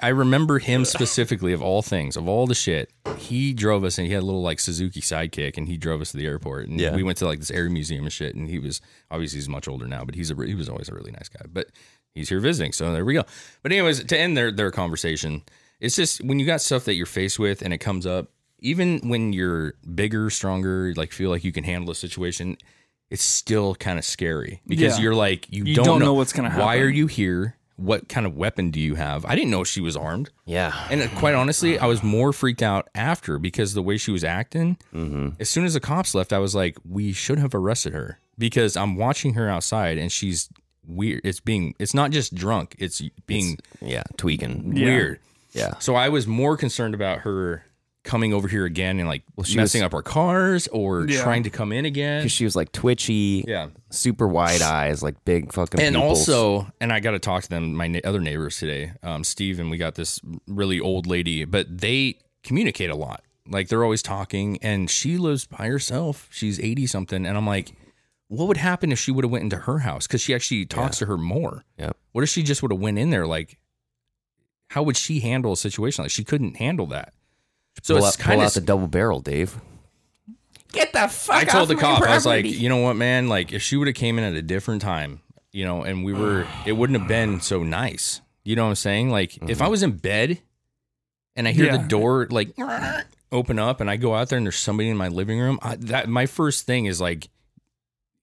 [SPEAKER 2] I remember him specifically of all things, of all the shit. He drove us, and he had a little like Suzuki sidekick, and he drove us to the airport, and
[SPEAKER 5] Yeah.
[SPEAKER 2] we went to like this air museum and shit. And he was obviously he's much older now, but he's a re- he was always a really nice guy. But he's here visiting, so there we go. But anyways, to end their their conversation, it's just when you got stuff that you're faced with, and it comes up, even when you're bigger, stronger, like feel like you can handle a situation. It's still kind of scary because
[SPEAKER 3] Yeah.
[SPEAKER 2] you're like you,
[SPEAKER 3] You
[SPEAKER 2] don't,
[SPEAKER 3] don't know what's gonna
[SPEAKER 2] Why
[SPEAKER 3] happen.
[SPEAKER 2] are you here? What kind of weapon do you have? I didn't know she was armed.
[SPEAKER 5] yeah.
[SPEAKER 2] And uh, quite honestly, I was more freaked out after because the way she was acting.
[SPEAKER 5] Mm-hmm.
[SPEAKER 2] As soon as the cops left, I was like, we should have arrested her because I'm watching her outside and she's weird. It's being, it's not just drunk, it's being
[SPEAKER 5] Yeah. Tweaking.
[SPEAKER 2] weird.
[SPEAKER 5] Yeah.
[SPEAKER 2] So I was more concerned about her coming over here again and like
[SPEAKER 5] she
[SPEAKER 2] messing
[SPEAKER 5] was-
[SPEAKER 2] up our cars or
[SPEAKER 3] Yeah.
[SPEAKER 2] trying to come in again.
[SPEAKER 5] Because she was like twitchy.
[SPEAKER 2] Yeah.
[SPEAKER 5] Super wide eyes, like big fucking.
[SPEAKER 2] and
[SPEAKER 5] pupils.
[SPEAKER 2] also and i got to talk to them my na- other neighbors today um steve and we got this really old lady but they communicate a lot like they're always talking and she lives by herself she's 80 something and i'm like what would happen if she would have went into her house because she actually talks to her more
[SPEAKER 5] Yep.
[SPEAKER 2] what if she just would have went in there like how would she handle a situation like she couldn't handle that so
[SPEAKER 5] pull
[SPEAKER 2] it's
[SPEAKER 5] out, pull
[SPEAKER 2] kind
[SPEAKER 5] out
[SPEAKER 2] of
[SPEAKER 5] the double barrel, Dave.
[SPEAKER 2] I told the cop, I was like, you know what, man? Like, if she would have came in at a different time, you know, and we were, it wouldn't have been so nice. You know what I'm saying? Like, if I was in bed and I hear the
[SPEAKER 3] Yeah.
[SPEAKER 2] door like open up, and I go out there and there's somebody in my living room, I, that my first thing is like,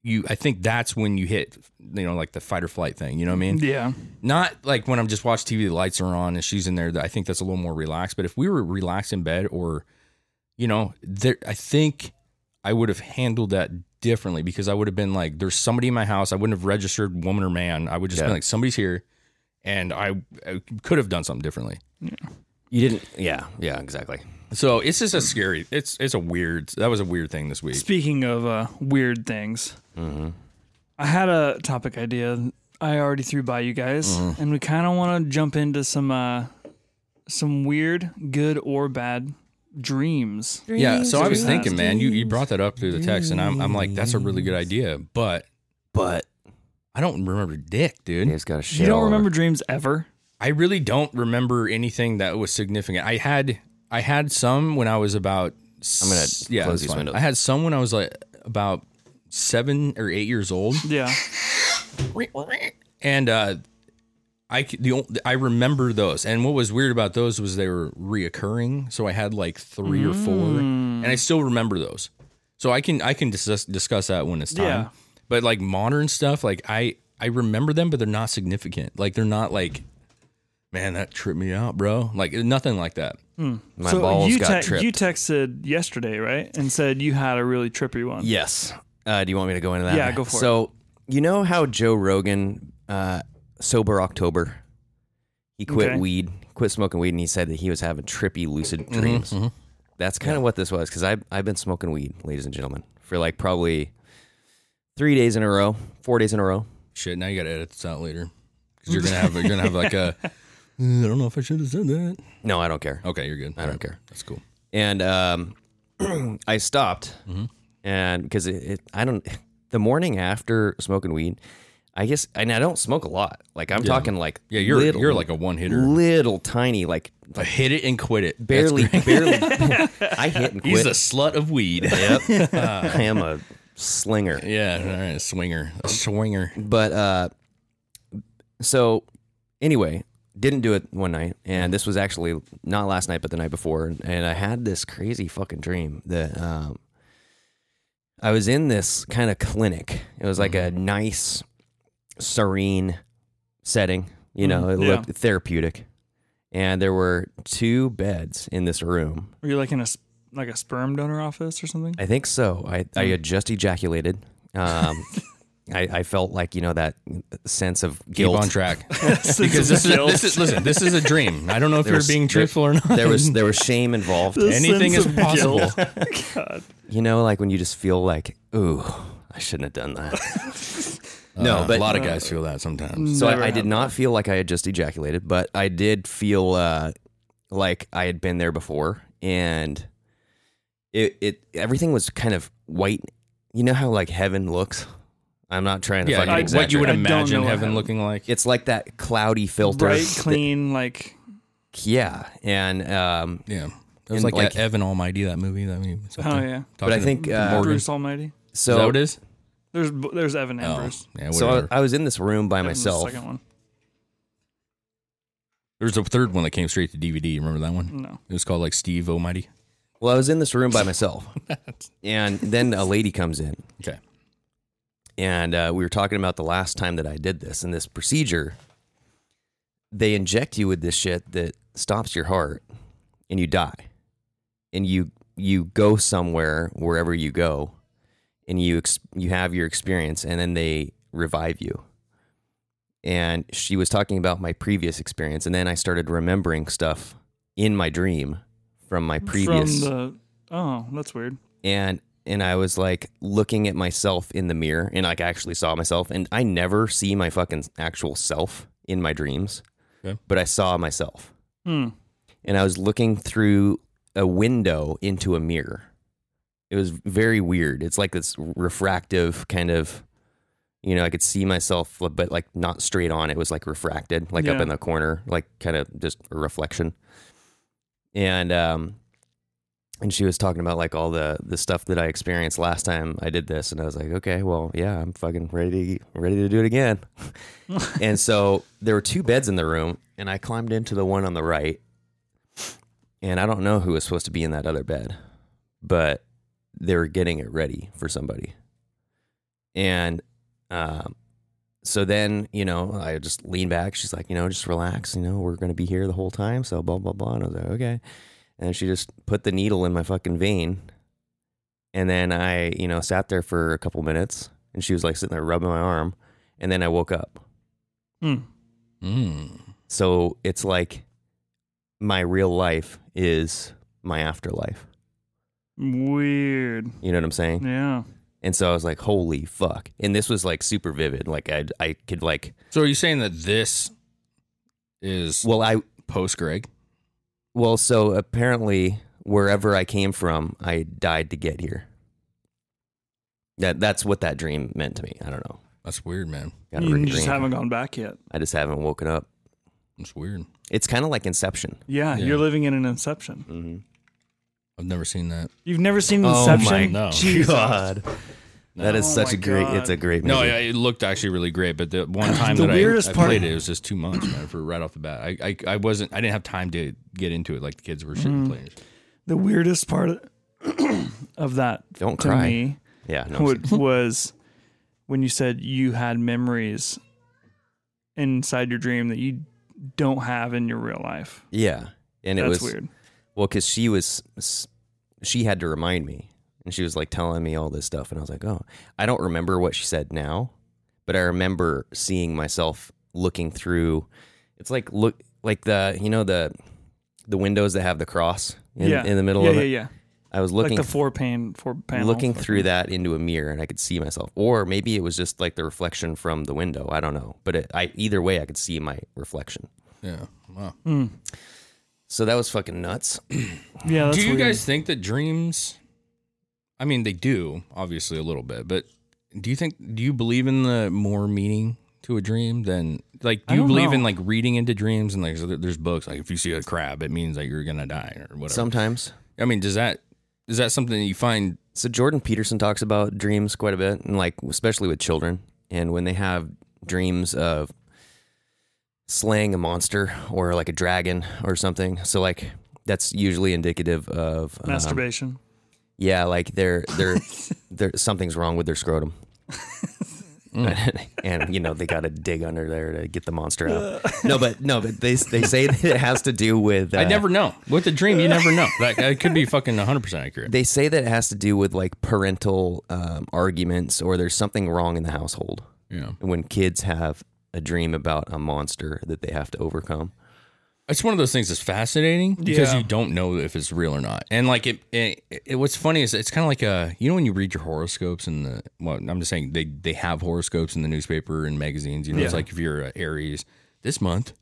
[SPEAKER 2] you. I think that's when you hit, you know, like the fight or flight thing. You know what I mean?
[SPEAKER 3] Yeah.
[SPEAKER 2] Not like when I'm just watching TV, the lights are on and she's in there. I think that's a little more relaxed. But if we were relaxed in bed or, you know, there, I think I would have handled that differently because I would have been like, there's somebody in my house. I wouldn't have registered woman or man. I would just
[SPEAKER 5] Yeah.
[SPEAKER 2] been like, somebody's here. And I, I could have done something differently.
[SPEAKER 5] You didn't. Yeah. Yeah. Exactly.
[SPEAKER 2] So it's just a scary. It's it's a weird. That was a weird thing this week.
[SPEAKER 3] Speaking of uh, weird things, I had a topic idea I already threw by you guys, and we kind of want to jump into some uh, some weird, good or bad dreams.
[SPEAKER 2] Yeah. So I was thinking, man, you, you brought that up through the text, and I'm I'm like, that's a really good idea, but
[SPEAKER 5] But
[SPEAKER 2] I don't remember dick, dude.
[SPEAKER 5] he's got a shit.
[SPEAKER 3] You
[SPEAKER 5] all
[SPEAKER 3] don't
[SPEAKER 5] over.
[SPEAKER 3] remember dreams ever?
[SPEAKER 2] I really don't remember anything that was significant. I had I had some when I was about.
[SPEAKER 5] I'm gonna
[SPEAKER 2] s- yeah,
[SPEAKER 5] close
[SPEAKER 2] it's
[SPEAKER 5] these
[SPEAKER 2] fine.
[SPEAKER 5] windows.
[SPEAKER 2] I had some when I was like about seven or eight years old.
[SPEAKER 3] Yeah.
[SPEAKER 2] and uh, I c- the ol- I remember those. And what was weird about those was they were reoccurring. So I had like three or four, and I still remember those. So I can I can discuss, discuss that when it's time.
[SPEAKER 3] Yeah.
[SPEAKER 2] But like modern stuff, like I I remember them, but they're not significant. Like they're not like, man, that tripped me out, bro. Like nothing like that.
[SPEAKER 5] My
[SPEAKER 3] so
[SPEAKER 5] balls
[SPEAKER 3] you
[SPEAKER 5] got
[SPEAKER 3] te-
[SPEAKER 5] tripped.
[SPEAKER 3] you texted yesterday, right? And said you had a really trippy one.
[SPEAKER 5] Yes. Uh, do you want me to go into that?
[SPEAKER 3] Yeah, go for it.
[SPEAKER 5] So, you know how Joe Rogan, uh, sober October, he quit
[SPEAKER 3] Okay.
[SPEAKER 5] weed, quit smoking weed, and he said that he was having trippy lucid
[SPEAKER 3] Mm-hmm,
[SPEAKER 5] dreams. That's kind of what this was because I've, I've been smoking weed, ladies and gentlemen, for like probably three days in a row, four days in a row.
[SPEAKER 2] Shit, now you got to edit this out later because you're gonna have you're gonna have like a. "Uh, I don't know if I should have said that.
[SPEAKER 5] No, I don't care.
[SPEAKER 2] Okay, you're good.
[SPEAKER 5] I don't care.
[SPEAKER 2] That's cool.
[SPEAKER 5] and um, I stopped,
[SPEAKER 2] Mm-hmm.
[SPEAKER 5] and because it, it, I don't, the morning after smoking weed, I guess, and I don't smoke a lot. Like I'm talking like
[SPEAKER 2] Yeah, you're
[SPEAKER 5] little-
[SPEAKER 2] you're like a one hitter.
[SPEAKER 5] little tiny like
[SPEAKER 2] I hit it and quit it. That's
[SPEAKER 5] barely
[SPEAKER 2] great.
[SPEAKER 5] barely. I hit and quit.
[SPEAKER 2] He's a slut of weed.
[SPEAKER 5] yep. I am a slinger.
[SPEAKER 2] yeah. All right. a Swinger. A swinger.
[SPEAKER 5] But uh, so anyway, didn't do it one night, and this was actually not last night, but the night before, and I had this crazy fucking dream that um, I was in this kind of clinic. It was like a
[SPEAKER 2] Mm-hmm.
[SPEAKER 5] nice, serene setting. You know, it
[SPEAKER 2] Mm-hmm.
[SPEAKER 3] yeah.
[SPEAKER 5] looked therapeutic, and there were two beds in this room.
[SPEAKER 3] Were you like in a s- like a sperm donor office or something?
[SPEAKER 5] I think so. I I had just ejaculated. Um, I, I felt like you know that sense of
[SPEAKER 2] Keep
[SPEAKER 5] guilt
[SPEAKER 2] on track.
[SPEAKER 3] Because
[SPEAKER 2] Because this is, this is listen. This is a dream. I don't know if you're
[SPEAKER 5] was-
[SPEAKER 2] being
[SPEAKER 5] there-
[SPEAKER 2] truthful or not.
[SPEAKER 5] there was there was shame involved.
[SPEAKER 2] Anything is possible.
[SPEAKER 5] you know, like when you just feel like, ooh, I shouldn't have done that. no,
[SPEAKER 2] Uh,
[SPEAKER 5] but
[SPEAKER 2] a lot of guys feel that sometimes.
[SPEAKER 5] so I, I did not feel like I had just ejaculated, but I did feel uh, like I had been there before, and it it everything was kind of white. You know how like heaven looks. I'm not trying to
[SPEAKER 2] Yeah,
[SPEAKER 5] fucking
[SPEAKER 2] like what you would
[SPEAKER 3] I don't
[SPEAKER 2] imagine heaven,
[SPEAKER 3] know what happened.
[SPEAKER 2] looking like.
[SPEAKER 5] It's like that cloudy filter.
[SPEAKER 3] bright,
[SPEAKER 5] that-
[SPEAKER 3] clean, like
[SPEAKER 5] yeah, and um,
[SPEAKER 2] yeah, it was
[SPEAKER 5] And
[SPEAKER 2] like,
[SPEAKER 5] like-
[SPEAKER 2] that Evan Almighty that movie. That movie.
[SPEAKER 3] oh yeah,
[SPEAKER 5] but I think uh,
[SPEAKER 2] Morgan.
[SPEAKER 3] Bruce Almighty.
[SPEAKER 2] is
[SPEAKER 5] so.
[SPEAKER 2] that what it is?
[SPEAKER 3] There's there's Evan and
[SPEAKER 2] Oh,
[SPEAKER 3] Bruce.
[SPEAKER 2] yeah.
[SPEAKER 5] so uh,
[SPEAKER 2] whatever.
[SPEAKER 5] I, I was in this room by
[SPEAKER 3] Evan's the
[SPEAKER 5] myself.
[SPEAKER 3] Second one.
[SPEAKER 2] there was a third one that came straight to DVD. Remember that one?
[SPEAKER 3] No.
[SPEAKER 2] It was called like Steve Almighty.
[SPEAKER 5] Well, I was in this room by myself, and then a lady comes in,
[SPEAKER 2] Okay.
[SPEAKER 5] and uh, we were talking about the last time that I did this and this procedure. They inject you with this shit that stops your heart, and you die, and you you go somewhere wherever you go, and you ex- you have your experience, and then they revive you. And she was talking about my previous experience, and then I started remembering stuff in my dream from my previous
[SPEAKER 3] From the oh, that's weird.
[SPEAKER 5] and and I was like looking at myself in the mirror and like actually saw myself and I never see my fucking actual self in my dreams.
[SPEAKER 2] Okay.
[SPEAKER 5] But I saw myself.
[SPEAKER 3] Hmm.
[SPEAKER 5] And I was looking through a window into a mirror. It was very weird. It's like this refractive kind of you know, I could see myself but like not straight on. It was like refracted, like up
[SPEAKER 3] Yeah.
[SPEAKER 5] in the corner, like kind of just a reflection. And um and she was talking about like all the the stuff that I experienced last time I did this, and I was like, okay, well, yeah, I'm fucking ready to ready to do it again. and so there were two beds in the room, and I climbed into the one on the right, and I don't know who was supposed to be in that other bed, but they were getting it ready for somebody, and um, so then you know I just lean back. She's like, you know, just relax. You know, we're gonna be here the whole time, so blah blah blah. And I was like, okay and she just put the needle in my fucking vein. And then I, you know, sat there for a couple minutes and she was like sitting there rubbing my arm. And then I woke up.
[SPEAKER 3] Hmm.
[SPEAKER 2] Mm.
[SPEAKER 5] So it's like my real life is my afterlife.
[SPEAKER 3] Weird.
[SPEAKER 5] You know what I'm saying?
[SPEAKER 3] Yeah.
[SPEAKER 5] And so I was like, holy fuck. And this was like super vivid. Like I I could like
[SPEAKER 2] So are you saying that this is
[SPEAKER 5] well I
[SPEAKER 2] post Greg?
[SPEAKER 5] well so apparently wherever I came from, I died to get here. That that's what that dream meant to me. I don't know.
[SPEAKER 2] That's weird, man.
[SPEAKER 5] Gotta
[SPEAKER 3] Hmm, You
[SPEAKER 5] re-
[SPEAKER 3] just
[SPEAKER 5] dream.
[SPEAKER 3] haven't gone back yet.
[SPEAKER 5] I just haven't woken up.
[SPEAKER 2] It's weird.
[SPEAKER 5] It's kind of like Inception.
[SPEAKER 3] Yeah,
[SPEAKER 2] Yeah.
[SPEAKER 3] you're living in an Inception.
[SPEAKER 2] I've never seen that.
[SPEAKER 3] You've never seen
[SPEAKER 5] Oh
[SPEAKER 3] Inception?
[SPEAKER 5] my
[SPEAKER 2] No.
[SPEAKER 3] Jesus.
[SPEAKER 5] God, that is
[SPEAKER 3] Oh
[SPEAKER 5] such
[SPEAKER 3] my
[SPEAKER 5] a great.
[SPEAKER 3] God.
[SPEAKER 5] It's a great movie.
[SPEAKER 2] No, yeah, it looked actually really great, but the one time
[SPEAKER 3] The
[SPEAKER 2] that I-
[SPEAKER 3] weirdest
[SPEAKER 2] I,
[SPEAKER 3] part-
[SPEAKER 2] played it, it was just too much, man. For right off the bat, I, I, I wasn't, I didn't have time to get into it like the kids were
[SPEAKER 3] Mm-hmm.
[SPEAKER 2] shitting players.
[SPEAKER 3] The weirdest part of- of that
[SPEAKER 5] Don't
[SPEAKER 3] to
[SPEAKER 5] cry.
[SPEAKER 3] me
[SPEAKER 5] yeah. No, I'm
[SPEAKER 3] would, was when you said you had memories inside your dream that you don't have in your real life.
[SPEAKER 5] Yeah, and it
[SPEAKER 3] That's
[SPEAKER 5] was
[SPEAKER 3] weird.
[SPEAKER 5] well because she was s- she had to remind me, and she was like telling me all this stuff, and I was like, oh, I don't remember what she said now, but I remember seeing myself looking through. It's like look like the you know the the windows that have the cross in,
[SPEAKER 3] yeah.
[SPEAKER 5] in the middle
[SPEAKER 3] yeah,
[SPEAKER 5] of
[SPEAKER 3] yeah,
[SPEAKER 5] it.
[SPEAKER 3] Yeah,
[SPEAKER 5] I was
[SPEAKER 3] Like
[SPEAKER 5] looking
[SPEAKER 3] the four pane, four panel.
[SPEAKER 5] looking through that into a mirror, and I could see myself, or maybe it was just like the reflection from the window. I don't know, but it, I either way, I could see my reflection.
[SPEAKER 2] Yeah. Wow.
[SPEAKER 5] So that was fucking nuts.
[SPEAKER 3] Yeah, that's
[SPEAKER 2] do you
[SPEAKER 3] weird.
[SPEAKER 2] guys think that dreams? I mean, they do obviously a little bit, but do you think? Do you believe in the more meaning to a dream than like? Do
[SPEAKER 3] I
[SPEAKER 2] you
[SPEAKER 3] don't
[SPEAKER 2] believe in
[SPEAKER 3] know.
[SPEAKER 2] like reading into dreams and like so there- there's books like if you see a crab, it means that you're gonna die or whatever.
[SPEAKER 5] Sometimes.
[SPEAKER 2] I mean, does that is that something that you find?
[SPEAKER 5] So Jordan Peterson talks about dreams quite a bit, and like especially with children, and when they have dreams of slaying a monster or like a dragon or something. So like that's usually indicative of
[SPEAKER 2] Uh-huh.
[SPEAKER 5] um,
[SPEAKER 3] masturbation.
[SPEAKER 5] Yeah, like they're they're they're something's wrong with their scrotum.
[SPEAKER 2] Mm.
[SPEAKER 5] and you know they got to dig under there to get the monster out. No, but no, but they they say that it has to do with. Uh,
[SPEAKER 2] I never know. With a dream, you never know. Like it could be fucking 100 percent accurate.
[SPEAKER 5] They say that it has to do with like parental um, arguments or there's something wrong in the household
[SPEAKER 2] yeah.
[SPEAKER 5] when kids have a dream about a monster that they have to overcome.
[SPEAKER 2] It's one of those things that's fascinating because
[SPEAKER 3] Yeah.
[SPEAKER 2] you don't know if it's real or not. And like it, it, it what's funny is it's kind of like a you know when you read your horoscopes and the well I'm just saying they they have horoscopes in the newspaper and magazines. You know, it's
[SPEAKER 3] Yeah.
[SPEAKER 2] like if you're a Aries this month,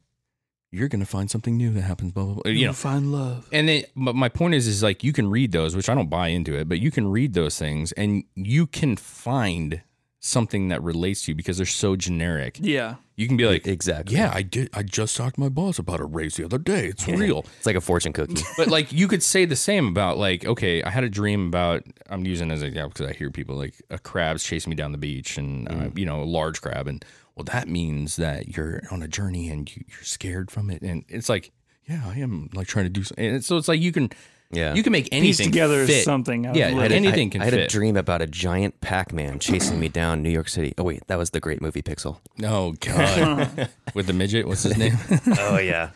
[SPEAKER 2] you're gonna find something new that happens. Blah blah. blah you
[SPEAKER 3] You
[SPEAKER 2] know,
[SPEAKER 3] find love.
[SPEAKER 2] and then but my point is is like you can read those which i don't buy into it but you can read those things and you can find something that relates to you because they're so generic
[SPEAKER 3] Yeah.
[SPEAKER 2] you can be like
[SPEAKER 5] Exactly.
[SPEAKER 2] yeah i did i just talked to my boss about a raise the other day it's real
[SPEAKER 5] It's like a fortune cookie.
[SPEAKER 2] but like you could say the same about like okay i had a dream about i'm using it as an example because i hear people like a crab's chasing me down the beach and uh,
[SPEAKER 5] Mm.
[SPEAKER 2] you know a large crab and well that means that you're on a journey and you, you're scared from it and it's like yeah i am like trying to do something and so it's like you can
[SPEAKER 5] Yeah.
[SPEAKER 2] you can make anything
[SPEAKER 3] together
[SPEAKER 2] fit.
[SPEAKER 3] something out of
[SPEAKER 2] yeah
[SPEAKER 3] life.
[SPEAKER 2] anything
[SPEAKER 5] I,
[SPEAKER 2] can
[SPEAKER 5] I had
[SPEAKER 2] fit
[SPEAKER 5] a dream about a giant Pac-Man chasing me down New York City. Oh wait, that was the great movie Pixel.
[SPEAKER 2] oh god with the midget what's his name
[SPEAKER 5] Oh yeah.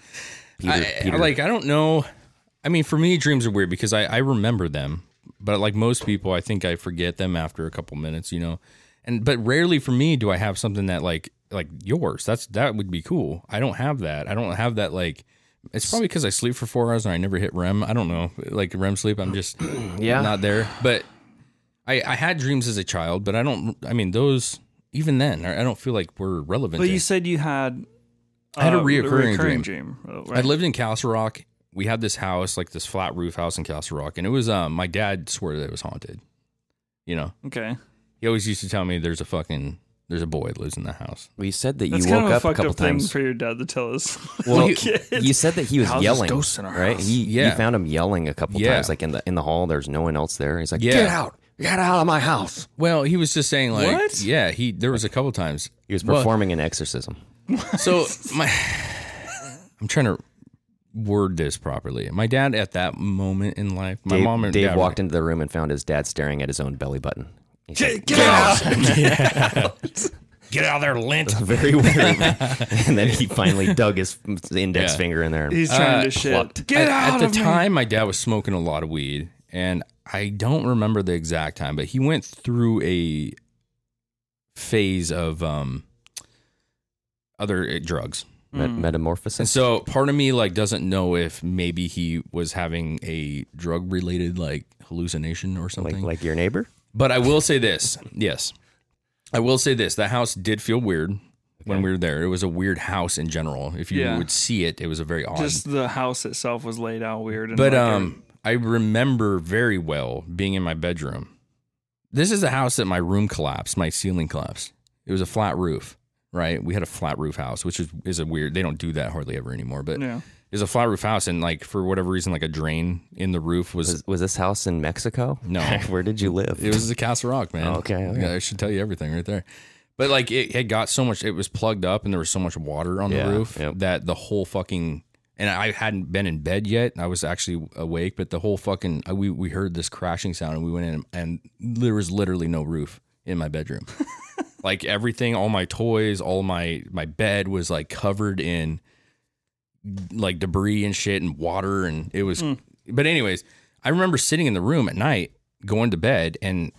[SPEAKER 5] Peter,
[SPEAKER 2] I-
[SPEAKER 5] Peter.
[SPEAKER 2] like I don't know. I mean, for me, dreams are weird because I, I remember them, but like most people, I think I forget them after a couple minutes, you know. And but rarely for me do I have something that like like yours. That's that would be cool. I don't have that. I don't have that like. It's probably because I sleep for four hours and I never hit REM. I don't know, like REM sleep. I'm just
[SPEAKER 5] Yeah.
[SPEAKER 2] not there. But I I had dreams as a child, but I don't. I mean, those even then, I I don't feel like were relevant.
[SPEAKER 3] But
[SPEAKER 2] to-
[SPEAKER 3] you said you had.
[SPEAKER 2] I had a
[SPEAKER 3] uh,
[SPEAKER 2] reoccurring dream.
[SPEAKER 3] dream. oh,
[SPEAKER 2] I
[SPEAKER 3] right.
[SPEAKER 2] lived in Castle Rock. We had this house, like this flat roof house in Castle Rock, and it was um my dad swore that it was haunted. You know,
[SPEAKER 3] Okay.
[SPEAKER 2] he always used to tell me there's a fucking there's a boy that lives in the house.
[SPEAKER 5] we said that you
[SPEAKER 3] That's
[SPEAKER 5] woke
[SPEAKER 3] kind of a
[SPEAKER 5] up a
[SPEAKER 3] fucked
[SPEAKER 5] couple
[SPEAKER 3] up thing
[SPEAKER 5] times.
[SPEAKER 3] for your dad to tell us.
[SPEAKER 5] Well, you,
[SPEAKER 3] Kid.
[SPEAKER 5] you said that he was
[SPEAKER 3] How's this
[SPEAKER 5] yelling,
[SPEAKER 3] ghost in our
[SPEAKER 5] right?
[SPEAKER 3] house?
[SPEAKER 5] He,
[SPEAKER 2] Yeah.
[SPEAKER 5] you found him yelling a couple
[SPEAKER 2] Yeah.
[SPEAKER 5] times, like in the in the hall. There's no one else there. He's like,
[SPEAKER 2] Yeah.
[SPEAKER 5] "Get out! Get out of my house!"
[SPEAKER 2] Well, he was just saying like,
[SPEAKER 3] What?
[SPEAKER 2] yeah, he there was a couple times
[SPEAKER 5] He was
[SPEAKER 2] Well,
[SPEAKER 5] performing an exorcism.
[SPEAKER 2] so my I'm trying to word this properly. My dad at that moment in life, my
[SPEAKER 5] Dave,
[SPEAKER 2] mom and
[SPEAKER 5] Dave
[SPEAKER 2] dad were-
[SPEAKER 5] walked into the room and found his dad staring at his own belly button. He's like,
[SPEAKER 2] get out of there, lint.
[SPEAKER 5] very weird. and then he finally dug his index
[SPEAKER 2] Yeah.
[SPEAKER 5] finger in there. And,
[SPEAKER 3] He's trying
[SPEAKER 2] Uh,
[SPEAKER 3] to shit.
[SPEAKER 5] plucked.
[SPEAKER 3] Get
[SPEAKER 2] at,
[SPEAKER 3] out
[SPEAKER 2] at the
[SPEAKER 3] of me.
[SPEAKER 2] time my dad was smoking a lot of weed and i don't remember the exact time but he went through a phase of um other uh, drugs
[SPEAKER 5] Met-
[SPEAKER 2] And
[SPEAKER 5] metamorphosis.
[SPEAKER 2] so part of me like doesn't know if maybe he was having a drug related like hallucination or
[SPEAKER 5] like
[SPEAKER 2] something.
[SPEAKER 5] like your neighbor.
[SPEAKER 2] But I will say this. Yes. I will say this. That house did feel weird when we were there. It was a weird house in general. If you
[SPEAKER 3] Yeah.
[SPEAKER 2] would see it, it was a very odd.
[SPEAKER 3] Just the house itself was laid out weird. And
[SPEAKER 2] but
[SPEAKER 3] like,
[SPEAKER 2] um I remember very well being in my bedroom. This is the house that my room collapsed, my ceiling collapsed. It was a flat roof, right? We had a flat roof house, which is is a weird. They don't do that hardly ever anymore, but
[SPEAKER 3] Yeah.
[SPEAKER 2] is a flat roof house and like for whatever reason like a drain in the roof was,
[SPEAKER 5] Was, was this house in Mexico?
[SPEAKER 2] No.
[SPEAKER 5] Where did you live?
[SPEAKER 2] it was a Castle Rock, man.
[SPEAKER 5] Okay, okay.
[SPEAKER 2] Yeah, I should tell you everything right there. But like it had got so much it was plugged up and there was so much water on
[SPEAKER 5] Yeah,
[SPEAKER 2] the roof
[SPEAKER 5] yep.
[SPEAKER 2] that the whole fucking and I hadn't been in bed yet. I was actually awake, but the whole fucking I- we we heard this crashing sound and we went in and there was literally no roof in my bedroom. like everything, all my toys, all my my bed was like covered in like debris and shit and water and it
[SPEAKER 5] Hmm.
[SPEAKER 2] was but anyways i remember sitting in the room at night going to bed and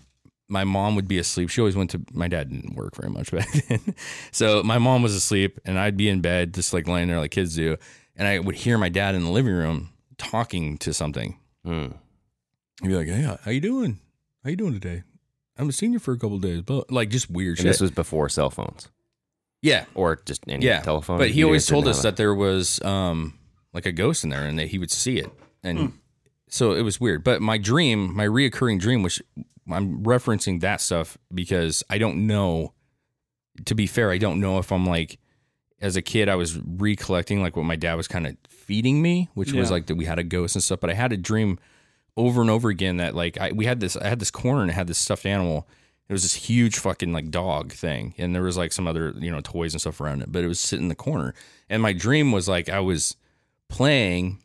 [SPEAKER 2] my mom would be asleep she always went to my dad didn't work very much back then so my mom was asleep and i'd be in bed just like laying there like kids do and i would hear my dad in the living room talking to something
[SPEAKER 5] Hmm.
[SPEAKER 2] he'd be like hey how you doing how you doing today i haven't seen you for a couple days but like just weird shit
[SPEAKER 5] And this was before cell phones
[SPEAKER 2] yeah
[SPEAKER 5] or just any
[SPEAKER 2] yeah,
[SPEAKER 5] telephone.
[SPEAKER 2] But he
[SPEAKER 5] You
[SPEAKER 2] always
[SPEAKER 5] guys didn't
[SPEAKER 2] told us
[SPEAKER 5] have
[SPEAKER 2] that there was um like a ghost in there and that he would see it. And so it was weird. But my dream, my reoccurring dream, which I'm referencing that stuff because I don't know to be fair, I don't know if I'm like as a kid I was recollecting like what my dad was kind of feeding me, which was
[SPEAKER 3] Yeah.
[SPEAKER 2] like that we had a ghost and stuff, but I had a dream over and over again that like I we had this I had this corner and it had this stuffed animal. It was this huge fucking like dog thing, and there was like some other you know toys and stuff around it, but it was sitting in the corner. And my dream was like I was playing,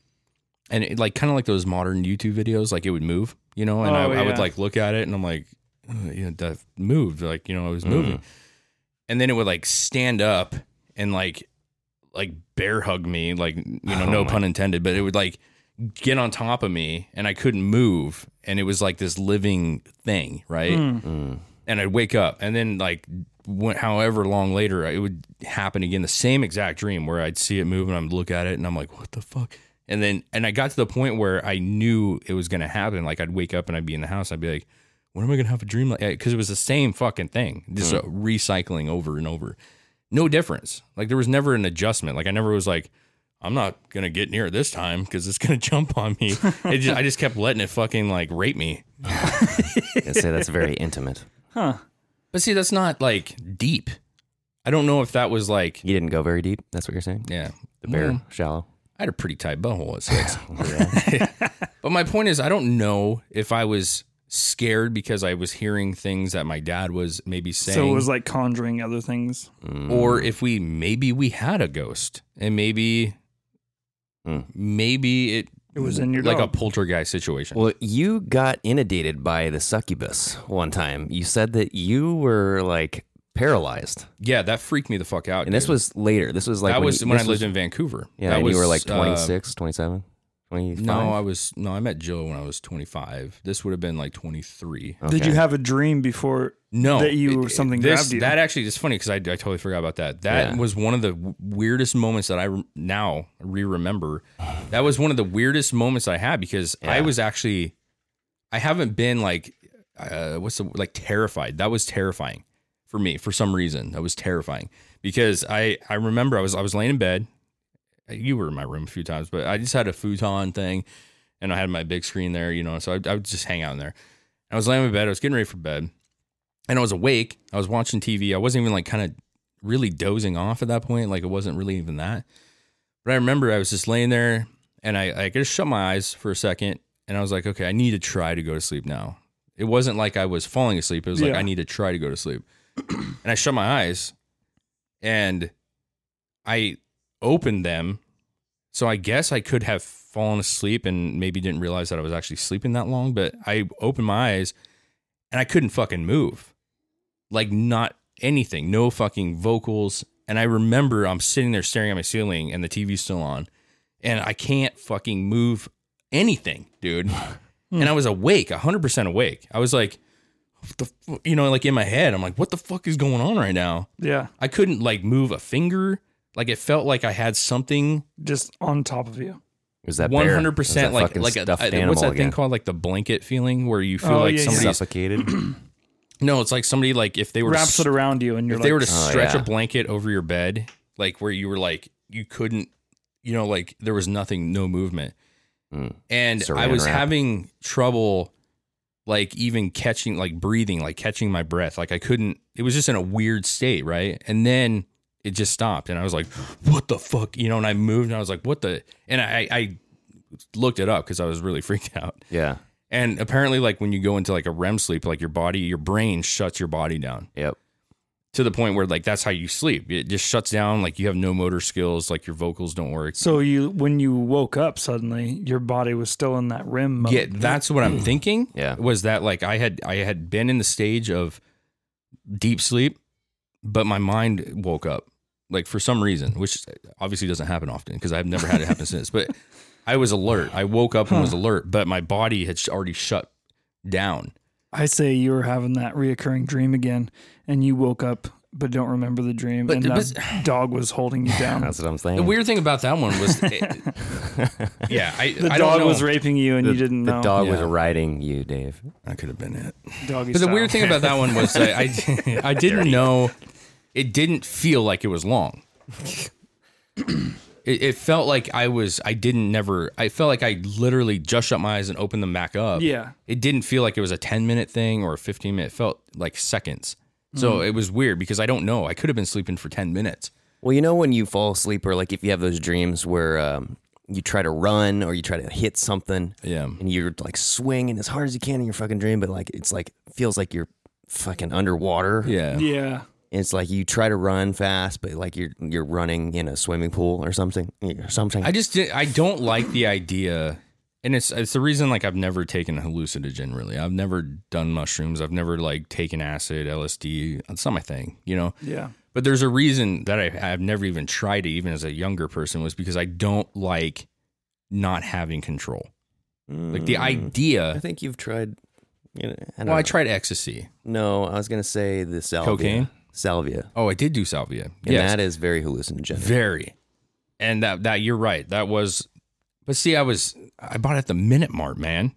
[SPEAKER 2] and it, like kind of like those modern YouTube videos, like it would move, you know, and I,
[SPEAKER 3] Oh,
[SPEAKER 2] I would
[SPEAKER 3] yeah.
[SPEAKER 2] like look at it, and I'm like, "Ugh, you know, that moved, like you know, it was
[SPEAKER 3] Mm.
[SPEAKER 2] moving, and then it would like stand up and like like bear hug me, like you know,
[SPEAKER 3] Oh
[SPEAKER 2] no pun intended, but it would like get on top of me and I couldn't move. And it was like this living thing, right? And I'd wake up and then like when, however long later it would happen again, the same exact dream where I'd see it move and I'd look at it and I'm like, what the fuck? And then and I got to the point where I knew it was gonna happen. Like I'd wake up and I'd be in the house, I'd be like, when am I gonna have a dream like because it was the same fucking thing, just uh, recycling over and over. No difference. Like there was never an adjustment. Like I never was like, I'm not gonna get near it this time because it's gonna jump on me. It just, I just kept letting it fucking like rape me.
[SPEAKER 5] that. I'd say that's very intimate.
[SPEAKER 2] But see, that's not like deep. I don't know if that was like
[SPEAKER 5] You didn't go very deep. That's what you're saying.
[SPEAKER 2] yeah.
[SPEAKER 5] The bear
[SPEAKER 3] Mm.
[SPEAKER 2] Well,
[SPEAKER 5] shallow.
[SPEAKER 2] I had a pretty tight butthole at six. but my point is, I don't know if I was scared because I was hearing things that my dad was maybe saying,
[SPEAKER 3] So it was mm. like conjuring other things.
[SPEAKER 2] or if we maybe we had a ghost and maybe
[SPEAKER 5] Hmm.
[SPEAKER 2] maybe it
[SPEAKER 3] Mm. It was in your
[SPEAKER 2] like
[SPEAKER 3] dog.
[SPEAKER 2] a poltergeist situation.
[SPEAKER 5] Well, you got inundated by the succubus one time. You said that you were like paralyzed,
[SPEAKER 2] yeah, that freaked me the fuck out.
[SPEAKER 5] and this
[SPEAKER 2] dude.
[SPEAKER 5] was later. This was like
[SPEAKER 2] that
[SPEAKER 5] when
[SPEAKER 2] was
[SPEAKER 5] you-
[SPEAKER 2] when I
[SPEAKER 5] this
[SPEAKER 2] lived
[SPEAKER 5] was-
[SPEAKER 2] in Vancouver.
[SPEAKER 5] Yeah,
[SPEAKER 2] that
[SPEAKER 5] and
[SPEAKER 2] was,
[SPEAKER 5] you were like
[SPEAKER 2] uh,
[SPEAKER 5] 26, 27, 25.
[SPEAKER 2] No, I was no. I met Jill when I was 25. This would have been like 23.
[SPEAKER 3] Did you have a dream before?
[SPEAKER 2] No,
[SPEAKER 3] That you- something
[SPEAKER 2] this,
[SPEAKER 3] grabbed you.
[SPEAKER 2] That actually is funny because I, I totally forgot about that. That
[SPEAKER 5] Yeah.
[SPEAKER 2] was one of the w- weirdest moments that I rem- now re remember. That was one of the weirdest moments I had because I was actually, I haven't been like, uh, what's the like terrified. That was terrifying for me for some reason. That was terrifying because I I remember I was I was laying in bed. You were in my room a few times, but I just had a futon thing, and I had my big screen there, you know. So I, I would just hang out in there. I was laying in bed. I was getting ready for bed, and I was awake. I was watching TV. I wasn't even like kind of really dozing off at that point. Like it wasn't really even that. But I remember I was just laying there, and I I just shut my eyes for a second, and I was like, okay, I need to try to go to sleep now. It wasn't like I was falling asleep. It was like
[SPEAKER 3] Yeah.
[SPEAKER 2] I need to try to go to sleep, and I shut my eyes, and I opened them. So I guess I could have fallen asleep and maybe didn't realize that I was actually sleeping that long, but I opened my eyes and I couldn't fucking move. Like not anything, no fucking vocals. And I remember I'm sitting there staring at my ceiling and the TV's still on and I can't fucking move anything, dude. and I was awake, 100% awake. I was like, what the, fu-" you know, like in my head, I'm like, what the fuck is going on right now?
[SPEAKER 3] Yeah.
[SPEAKER 2] I couldn't like move a finger. Like it felt like I had something
[SPEAKER 3] just on top of you.
[SPEAKER 5] Is that
[SPEAKER 2] one
[SPEAKER 5] bear?
[SPEAKER 2] hundred
[SPEAKER 5] Is that
[SPEAKER 2] percent like
[SPEAKER 5] fucking
[SPEAKER 2] like a,
[SPEAKER 5] stuffed
[SPEAKER 2] I-
[SPEAKER 5] animal
[SPEAKER 2] what's that
[SPEAKER 5] again?
[SPEAKER 2] thing called like the blanket feeling where you feel
[SPEAKER 3] Oh,
[SPEAKER 2] like
[SPEAKER 3] yeah, yeah.
[SPEAKER 2] somebody's
[SPEAKER 5] Suffocated.
[SPEAKER 2] no, it's like somebody like if they were to
[SPEAKER 3] Wraps it around you, and you're
[SPEAKER 2] if
[SPEAKER 3] like,
[SPEAKER 2] they were to
[SPEAKER 5] Oh,
[SPEAKER 2] stretch
[SPEAKER 5] yeah.
[SPEAKER 2] a blanket over your bed, like where you were like you couldn't, you know, like there was nothing, no movement,
[SPEAKER 5] Mm.
[SPEAKER 2] and I
[SPEAKER 5] Saran
[SPEAKER 2] was
[SPEAKER 5] wrap.
[SPEAKER 2] having trouble, like even catching, like breathing, like catching my breath, like I couldn't. It was just in a weird state, right? And then it just stopped, and I was like, "What the fuck?" You know, and I moved, and I was like, "What the?" And I, I looked it up because I was really freaked out.
[SPEAKER 5] Yeah.
[SPEAKER 2] And apparently, like when you go into like a REM sleep, like your body, your brain shuts your body down
[SPEAKER 5] Yep.
[SPEAKER 2] to the point where like that's how you sleep. It just shuts down. Like you have no motor skills. Like your vocals don't work.
[SPEAKER 3] so you when you woke up suddenly, your body was still in that rim mode.
[SPEAKER 2] Yeah, that's what I'm thinking.
[SPEAKER 5] Yeah.
[SPEAKER 2] was that like I had I had been in the stage of deep sleep, but my mind woke up like for some reason, which obviously doesn't happen often because I've never had it happen since. But I was alert. I woke up and was alert, but my body had sh- already shut down.
[SPEAKER 3] I say you were having that reoccurring dream again, and you woke up but don't remember the dream,
[SPEAKER 2] But-
[SPEAKER 3] and that dog was holding you down.
[SPEAKER 5] That's what I'm saying.
[SPEAKER 2] The weird thing about that one was, eh, yeah, I,
[SPEAKER 3] the
[SPEAKER 2] I don't
[SPEAKER 3] dog
[SPEAKER 2] know.
[SPEAKER 3] was raping you, and
[SPEAKER 5] the,
[SPEAKER 3] you didn't
[SPEAKER 5] the
[SPEAKER 3] know.
[SPEAKER 5] dog was
[SPEAKER 2] Yeah.
[SPEAKER 5] riding you, Dave.
[SPEAKER 2] That could have been it.
[SPEAKER 3] Doggy
[SPEAKER 2] But the
[SPEAKER 3] style.
[SPEAKER 2] weird thing about that one was that I I didn't know it didn't feel like it was long. It, it felt like I was I didn't never I felt like I literally just shut my eyes and opened them back up.
[SPEAKER 3] Yeah.
[SPEAKER 2] It didn't feel like it was a 10 minute thing or a 15 minute. It felt like seconds. So it was weird because I don't know. I could have been sleeping for 10 minutes.
[SPEAKER 5] Well, you know when you fall asleep, or like if you have those dreams where um, you try to run or you try to hit something,
[SPEAKER 2] Yeah.
[SPEAKER 5] and you're like swinging as hard as you can in your fucking dream, but like it's like feels like you're fucking underwater.
[SPEAKER 2] Yeah.
[SPEAKER 3] Yeah,
[SPEAKER 5] It's like you try to run fast, but like you're you're running in a swimming pool or something or something.
[SPEAKER 2] I just did, I don't like the idea, and it's it's the reason like I've never taken a hallucinogen. Really, I've never done mushrooms. I've never like taken acid, LSD. It's not my thing, you know.
[SPEAKER 3] yeah.
[SPEAKER 2] But there's a reason that I, I've never even tried it, even as a younger person, was because I don't like not having control. Like the
[SPEAKER 5] I
[SPEAKER 2] idea.
[SPEAKER 5] think you've tried. You know, I don't
[SPEAKER 2] Well, I
[SPEAKER 5] know.
[SPEAKER 2] tried ecstasy.
[SPEAKER 5] No, I was gonna say the salvia.
[SPEAKER 2] Cocaine?
[SPEAKER 5] Salvia.
[SPEAKER 2] Oh, I did do salvia.
[SPEAKER 5] And
[SPEAKER 2] Yes.
[SPEAKER 5] that is very hallucinogenic.
[SPEAKER 2] Very. And that that you're right. That was but see, I was I bought it at the Minute Mart, man.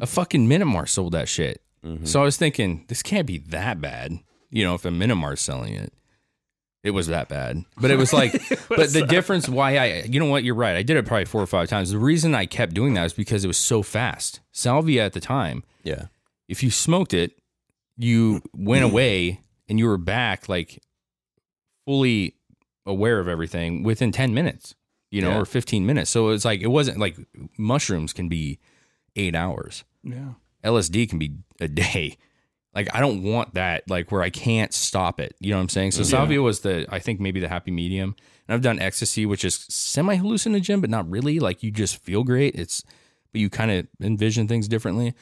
[SPEAKER 2] a fucking Minute Mart sold that shit. So I was thinking, this can't be that bad. You know, if a Minute Mart's selling it. It was that bad. But it was like but the difference why I you know what, you're right. I did it probably four or five times. The reason I kept doing that is because it was so fast. Salvia at the time
[SPEAKER 5] yeah.
[SPEAKER 2] if you smoked it, you went away and you were back like fully aware of everything within 10 minutes, you know,
[SPEAKER 5] Yeah.
[SPEAKER 2] or 15 minutes. So it's like, it wasn't like mushrooms can be eight hours,
[SPEAKER 3] Yeah.
[SPEAKER 2] LSD can be a day. Like, I don't want that, like, where I can't stop it. You know what I'm saying? So, Salvia was the, I think, maybe the happy medium. And I've done ecstasy, which is semi hallucinogen, but not really. Like, you just feel great. It's, but you kind of envision things differently.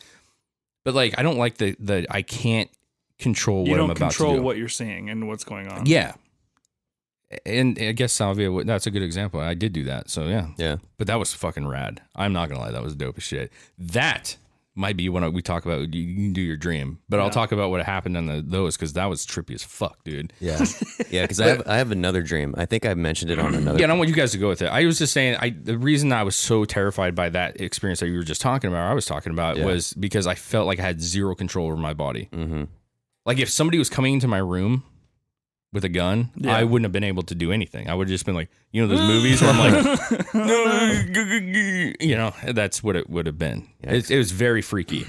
[SPEAKER 2] But, like, I don't like the, the, I can't control
[SPEAKER 3] You
[SPEAKER 2] what I'm
[SPEAKER 3] don't
[SPEAKER 2] about
[SPEAKER 3] control
[SPEAKER 2] to do.
[SPEAKER 3] what you're seeing and what's going on.
[SPEAKER 2] yeah. And I guess Salvia, would- that's a good example. I did do that. So, yeah.
[SPEAKER 5] Yeah.
[SPEAKER 2] But that was fucking rad. I'm not gonna lie, that was dope as shit. That might be when we talk about you, you can do your dream, but I'll talk about what happened on the, those because that was trippy as fuck, dude. Yeah,
[SPEAKER 5] Yeah, because I have I have another dream. I think I mentioned it on another.
[SPEAKER 2] and I want you guys to go with it. I was just saying, I the reason I was so terrified by that experience that you were just talking about, or I was talking about,
[SPEAKER 5] Yeah.
[SPEAKER 2] was because I felt like I had zero control over my body.
[SPEAKER 5] Mm-hmm.
[SPEAKER 2] Like if somebody was coming into my room. With a gun,
[SPEAKER 3] Yeah.
[SPEAKER 2] I wouldn't have been able to do anything. I would have just been like, you know, those movies where I'm like, you know, that's what it would have been. It, it was very freaky.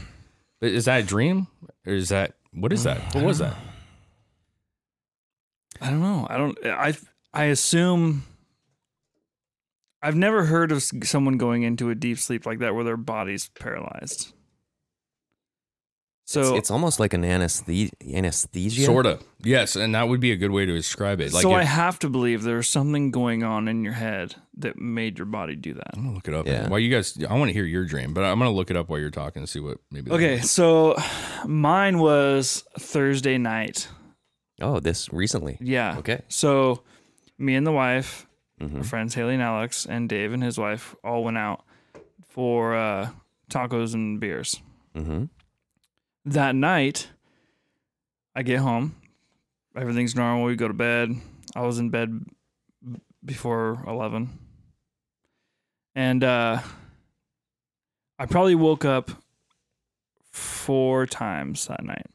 [SPEAKER 2] But Is that a dream? Or is that what is that? What was that?
[SPEAKER 3] I don't know. I don't. I I assume. I've never heard of s- someone going into a deep sleep like that where their body's paralyzed. So
[SPEAKER 5] it's, it's almost like an anesthesia. Anesthesia.
[SPEAKER 2] Sort of. Yes, and that would be a good way to describe it. Like
[SPEAKER 3] so
[SPEAKER 2] if,
[SPEAKER 3] I have to believe there's something going on in your head that made your body do that.
[SPEAKER 2] I'm gonna look it up.
[SPEAKER 5] Yeah.
[SPEAKER 2] While you guys, I want to hear your dream, but I'm gonna look it up while you're talking and see what maybe. that
[SPEAKER 3] Okay,
[SPEAKER 2] is.
[SPEAKER 3] so mine was Thursday night.
[SPEAKER 5] Oh, this recently.
[SPEAKER 3] Yeah.
[SPEAKER 5] Okay.
[SPEAKER 3] So me and the wife,
[SPEAKER 2] Mm-hmm.
[SPEAKER 5] Mhm.
[SPEAKER 3] our friends Haley and Alex, and Dave and his wife all went out for uh, tacos and beers.
[SPEAKER 5] Mm-hmm.
[SPEAKER 3] that night, I get home. Everything's normal. We go to bed. I was in bed b- before 11. And uh, I probably woke up four times that night.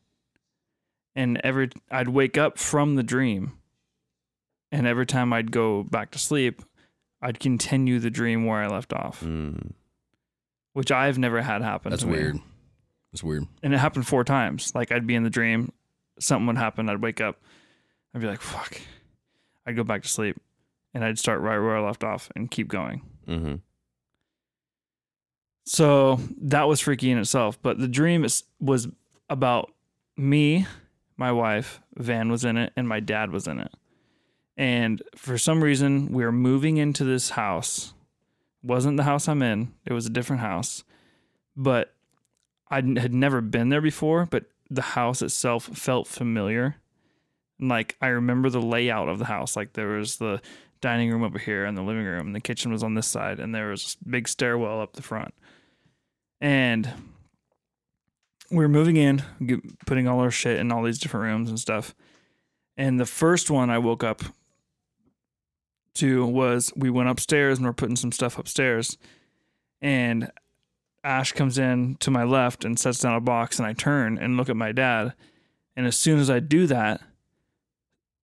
[SPEAKER 3] And every I'd wake up from the dream. And every time I'd go back to sleep, I'd continue the dream where I left off,
[SPEAKER 5] Mm.
[SPEAKER 3] which I've never had happen.
[SPEAKER 2] Hmm. That's
[SPEAKER 3] to me
[SPEAKER 2] weird. That's weird.
[SPEAKER 3] and it happened four times. Like I'd be in the dream, something would happen, I'd wake up, I'd be like, fuck. I'd go back to sleep and I'd start right where I left off and keep going.
[SPEAKER 5] Mm-hmm.
[SPEAKER 3] So that was freaky in itself. But the dream is, was about me, my wife, Van was in it, and my dad was in it. And for some reason, we were moving into this house. Wasn't the house I'm in, it was a different house. But I n- had never been there before, but the house itself felt familiar. And like I remember the layout of the house. Like there was the dining room over here and the living room, and the kitchen was on this side, and there was this big stairwell up the front. And we were moving in, get, putting all our shit in all these different rooms and stuff. And the first one I woke up to was we went upstairs and we're putting some stuff upstairs. And Ash comes in to my left and sets down a box, and I turn and look at my dad. And as soon as I do that,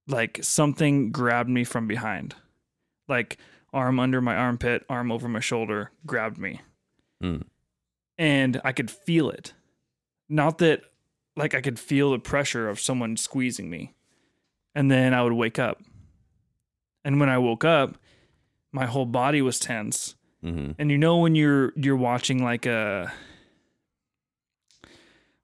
[SPEAKER 3] like something grabbed me from behind, like arm under my armpit, arm over my shoulder, grabbed me.
[SPEAKER 5] Mm.
[SPEAKER 3] And I could feel it. Not that, like, I could feel the pressure of someone squeezing me. And then I would wake up. And when I woke up, my whole body was tense
[SPEAKER 5] Mm-hmm.
[SPEAKER 3] and you know when you're you're watching like a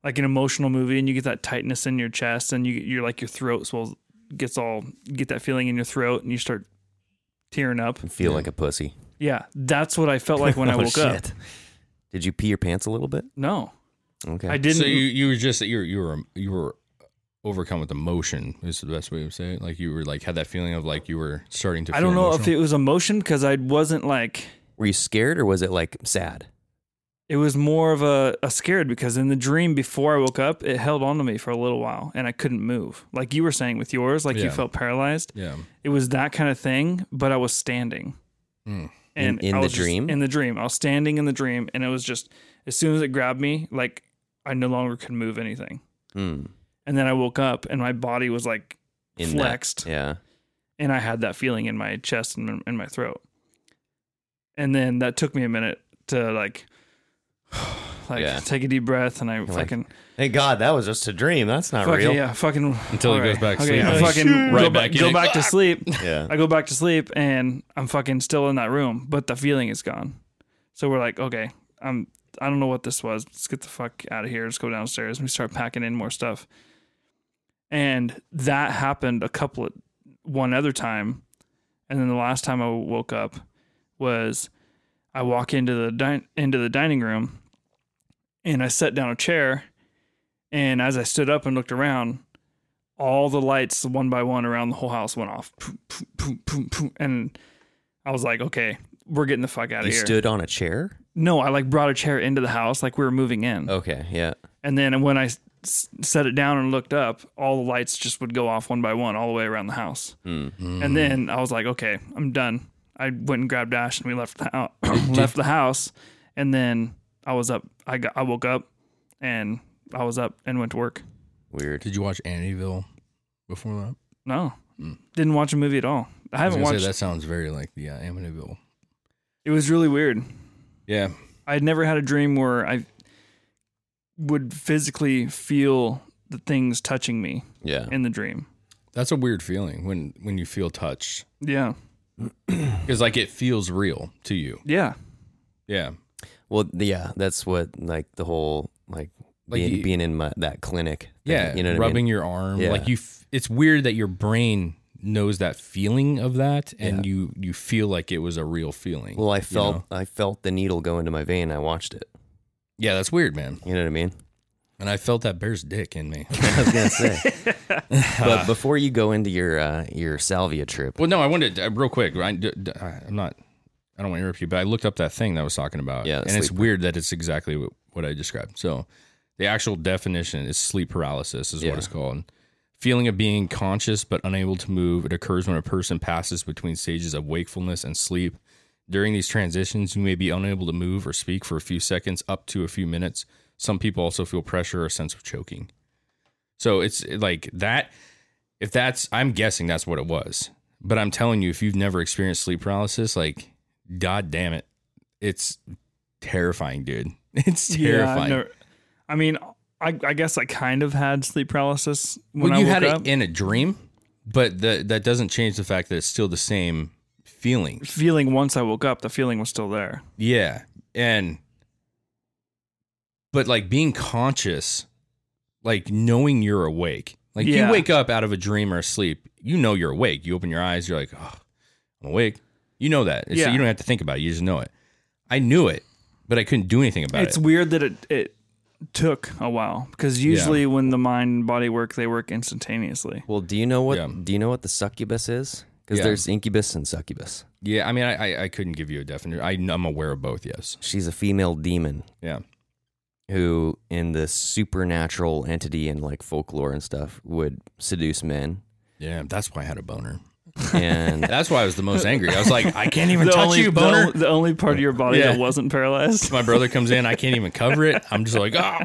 [SPEAKER 3] like an emotional movie and you get that tightness in your chest and you you're like your throat swells gets all you get that feeling in your throat and you start tearing up
[SPEAKER 5] Feel like a pussy.
[SPEAKER 3] yeah that's what i felt like when i
[SPEAKER 5] Oh,
[SPEAKER 3] woke up
[SPEAKER 5] shit. Did you pee your pants a little bit?
[SPEAKER 3] no
[SPEAKER 5] Okay.
[SPEAKER 3] i didn't
[SPEAKER 2] So you you were just you were, you were you were overcome with emotion. Is the best way to say it. Like you were like had that feeling of like you were starting to.
[SPEAKER 3] i
[SPEAKER 2] feel
[SPEAKER 3] don't know if
[SPEAKER 2] emotional.
[SPEAKER 3] it was emotion because i wasn't like
[SPEAKER 5] Were you scared or was it like sad?
[SPEAKER 3] it was more of a, a scared because in the dream before I woke up, it held on to me for a little while and I couldn't move. Like you were saying with yours, like you
[SPEAKER 2] Yeah.
[SPEAKER 3] felt paralyzed.
[SPEAKER 2] Yeah.
[SPEAKER 3] It was that kind of thing, but I was standing.
[SPEAKER 2] Mm.
[SPEAKER 3] And
[SPEAKER 5] In- in
[SPEAKER 3] I
[SPEAKER 5] the
[SPEAKER 3] was just-
[SPEAKER 5] dream?
[SPEAKER 3] in the dream. I was standing in the dream and it was just as soon as it grabbed me, like I no longer could move anything.
[SPEAKER 5] Mm.
[SPEAKER 3] And then I woke up and my body was like
[SPEAKER 5] In that-
[SPEAKER 3] flexed
[SPEAKER 5] yeah.
[SPEAKER 3] and I had that feeling in my chest and in my throat. And then that took me a minute to like, like
[SPEAKER 5] Yeah.
[SPEAKER 3] take a deep breath, and I
[SPEAKER 5] like,
[SPEAKER 3] fucking,
[SPEAKER 5] Thank God that was just a dream. That's not
[SPEAKER 3] fucking
[SPEAKER 5] real.
[SPEAKER 3] yeah, fucking
[SPEAKER 2] Until he
[SPEAKER 3] all
[SPEAKER 2] goes back to
[SPEAKER 3] okay,
[SPEAKER 2] sleep.
[SPEAKER 3] I
[SPEAKER 2] Like,
[SPEAKER 3] fucking go,
[SPEAKER 2] right
[SPEAKER 3] back,
[SPEAKER 2] back in
[SPEAKER 3] go
[SPEAKER 2] it.
[SPEAKER 3] back to sleep.
[SPEAKER 5] Yeah.
[SPEAKER 3] I go back to sleep, and I'm fucking still in that room, but the feeling is gone. So we're like, okay, I'm, I don't know what this was. Let's get the fuck out of here. Let's go downstairs. And we start packing in more stuff. And that happened a couple of one other time. And then the last time I woke up was I walk into the din- into the dining room and I set down a chair and as I stood up and looked around all the lights one by one around the whole house went off Poom, poom, poom, poom, poom. and I was like okay we're getting the fuck out
[SPEAKER 5] You
[SPEAKER 3] of here
[SPEAKER 5] stood on a chair?
[SPEAKER 3] no I like brought a chair into the house like we were moving in
[SPEAKER 5] Okay. Yeah.
[SPEAKER 3] and then when I s- set it down and looked up, all the lights just would go off one by one all the way around the house.
[SPEAKER 2] Hmm.
[SPEAKER 3] And then I was like, okay, I'm done. I went and grabbed Ash and we left the house. left the house, and then I was up. I got, I woke up, and I was up and went to work.
[SPEAKER 5] Weird.
[SPEAKER 2] Did you watch Amityville before that?
[SPEAKER 3] No, didn't watch a movie at all. I
[SPEAKER 2] Hmm. I was
[SPEAKER 3] haven't
[SPEAKER 2] gonna
[SPEAKER 3] watched.
[SPEAKER 2] Say, that sounds very like the uh, Amityville.
[SPEAKER 3] it was really weird.
[SPEAKER 2] Yeah.
[SPEAKER 3] I'd never had a dream where I would physically feel the things touching me
[SPEAKER 5] Yeah.
[SPEAKER 3] in the dream.
[SPEAKER 2] That's a weird feeling when when you feel touched
[SPEAKER 3] Yeah,
[SPEAKER 2] because like it feels real to you.
[SPEAKER 3] yeah.
[SPEAKER 2] Yeah.
[SPEAKER 5] Well, th- yeah, that's what like the whole like,
[SPEAKER 2] Like
[SPEAKER 5] being,
[SPEAKER 2] you-
[SPEAKER 5] being in my, that clinic. thing,
[SPEAKER 2] Yeah,
[SPEAKER 5] you know what
[SPEAKER 2] rubbing
[SPEAKER 5] I mean?
[SPEAKER 2] your arm.
[SPEAKER 5] Yeah.
[SPEAKER 2] Like you, f- it's weird that your brain knows that feeling of that, and you you feel like it was a real feeling.
[SPEAKER 5] Well, I
[SPEAKER 2] you
[SPEAKER 5] felt
[SPEAKER 2] know?
[SPEAKER 5] I felt the needle go into my vein. I watched it.
[SPEAKER 2] Yeah, that's weird, man.
[SPEAKER 5] You know what I mean?
[SPEAKER 2] And I felt that bear's dick in me.
[SPEAKER 5] I was gonna say.
[SPEAKER 2] Uh.
[SPEAKER 5] but before you go into your uh, your salvia trip,
[SPEAKER 2] well, no, I wanted uh, real quick. I, am not. I don't want to interrupt you, but I looked up that thing that I was talking about.
[SPEAKER 5] Yeah,
[SPEAKER 2] and
[SPEAKER 5] sleep
[SPEAKER 2] it's weird that it's exactly what, what I described. So, the actual definition is sleep paralysis, is
[SPEAKER 5] Yeah.
[SPEAKER 2] what it's called. Feeling of being conscious but unable to move, it occurs when a person passes between stages of wakefulness and sleep. During these transitions, you may be unable to move or speak for a few seconds, up to a few minutes. Some people also feel pressure or a sense of choking. So it's like that. If that's, I'm guessing that's what it was. But I'm telling you, if you've never experienced sleep paralysis, like, god damn it, it's terrifying, dude. It's
[SPEAKER 3] Yeah, I've
[SPEAKER 2] terrifying.
[SPEAKER 3] never- I mean, I, I guess I kind of had sleep paralysis when
[SPEAKER 2] well,
[SPEAKER 3] I
[SPEAKER 2] you
[SPEAKER 3] woke
[SPEAKER 2] had
[SPEAKER 3] up.
[SPEAKER 2] it in a dream, but that that doesn't change the fact that it's still the same feeling.
[SPEAKER 3] feeling once I woke up, the feeling was still there.
[SPEAKER 2] Yeah, and but like being conscious, like knowing you're awake. Like
[SPEAKER 3] Yeah.
[SPEAKER 2] you wake up out of a dream or a sleep, you know you're awake. You open your eyes, you're like, oh, I'm awake. You know that. It's-
[SPEAKER 3] Yeah.
[SPEAKER 2] you don't have to think about it. You just know it. I knew it, but I couldn't do anything about
[SPEAKER 3] it's
[SPEAKER 2] it.
[SPEAKER 3] weird that it it took a while because usually when the mind and body work, they work instantaneously.
[SPEAKER 5] Well, do you know what
[SPEAKER 2] Yeah.
[SPEAKER 5] do you know what the succubus is? Because
[SPEAKER 2] Yeah.
[SPEAKER 5] there's incubus and succubus.
[SPEAKER 2] Yeah, I mean, I, I I couldn't give you a definition. I, I'm aware of both. Yes.
[SPEAKER 5] She's a female demon
[SPEAKER 2] Yeah.
[SPEAKER 5] who, in the supernatural entity and like folklore and stuff, would seduce men.
[SPEAKER 2] Yeah. That's why I had a boner.
[SPEAKER 5] And
[SPEAKER 2] That's why I was the most angry. I was like, I can't even
[SPEAKER 3] the
[SPEAKER 2] touch
[SPEAKER 3] only,
[SPEAKER 2] you,
[SPEAKER 3] the
[SPEAKER 2] boner.
[SPEAKER 3] on- The, only part of your body
[SPEAKER 2] Yeah.
[SPEAKER 3] that wasn't paralyzed.
[SPEAKER 2] My brother comes in, I can't even cover it. I'm just like, oh,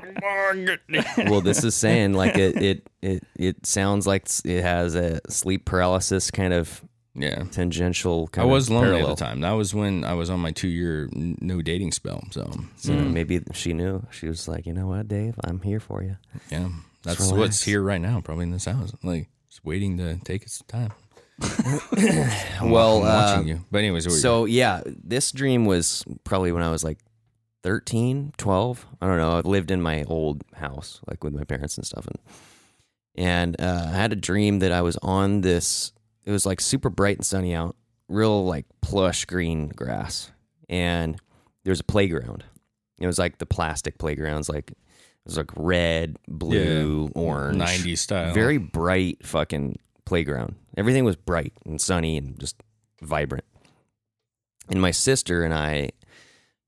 [SPEAKER 5] well, this is saying like it it it it sounds like it has a sleep paralysis kind of
[SPEAKER 2] yeah.
[SPEAKER 5] tangential.
[SPEAKER 2] I
[SPEAKER 5] Kind
[SPEAKER 2] was
[SPEAKER 5] of
[SPEAKER 2] lonely
[SPEAKER 5] parallel.
[SPEAKER 2] at the time. That was when I was on my two year no dating spell. So
[SPEAKER 5] So
[SPEAKER 2] Mm.
[SPEAKER 5] maybe she knew. She was like, you know what, Dave, I'm here for you.
[SPEAKER 2] yeah, that's
[SPEAKER 5] Just
[SPEAKER 2] what's
[SPEAKER 5] relax.
[SPEAKER 2] here right now, probably in this house. Like just waiting to take its time. I'm
[SPEAKER 5] well, uh,
[SPEAKER 2] watching you. But anyways, what were you-
[SPEAKER 5] so yeah this dream was probably when i was like 13 12 i don't know i lived in my old house like with my parents and stuff and and uh, i had a dream that i was on this it was like super bright and sunny out real like plush green grass and there's a playground it was like the plastic playgrounds like it was like red blue orange
[SPEAKER 2] 90s style.
[SPEAKER 5] very bright fucking playground. Everything was bright and sunny and just vibrant. And my sister and I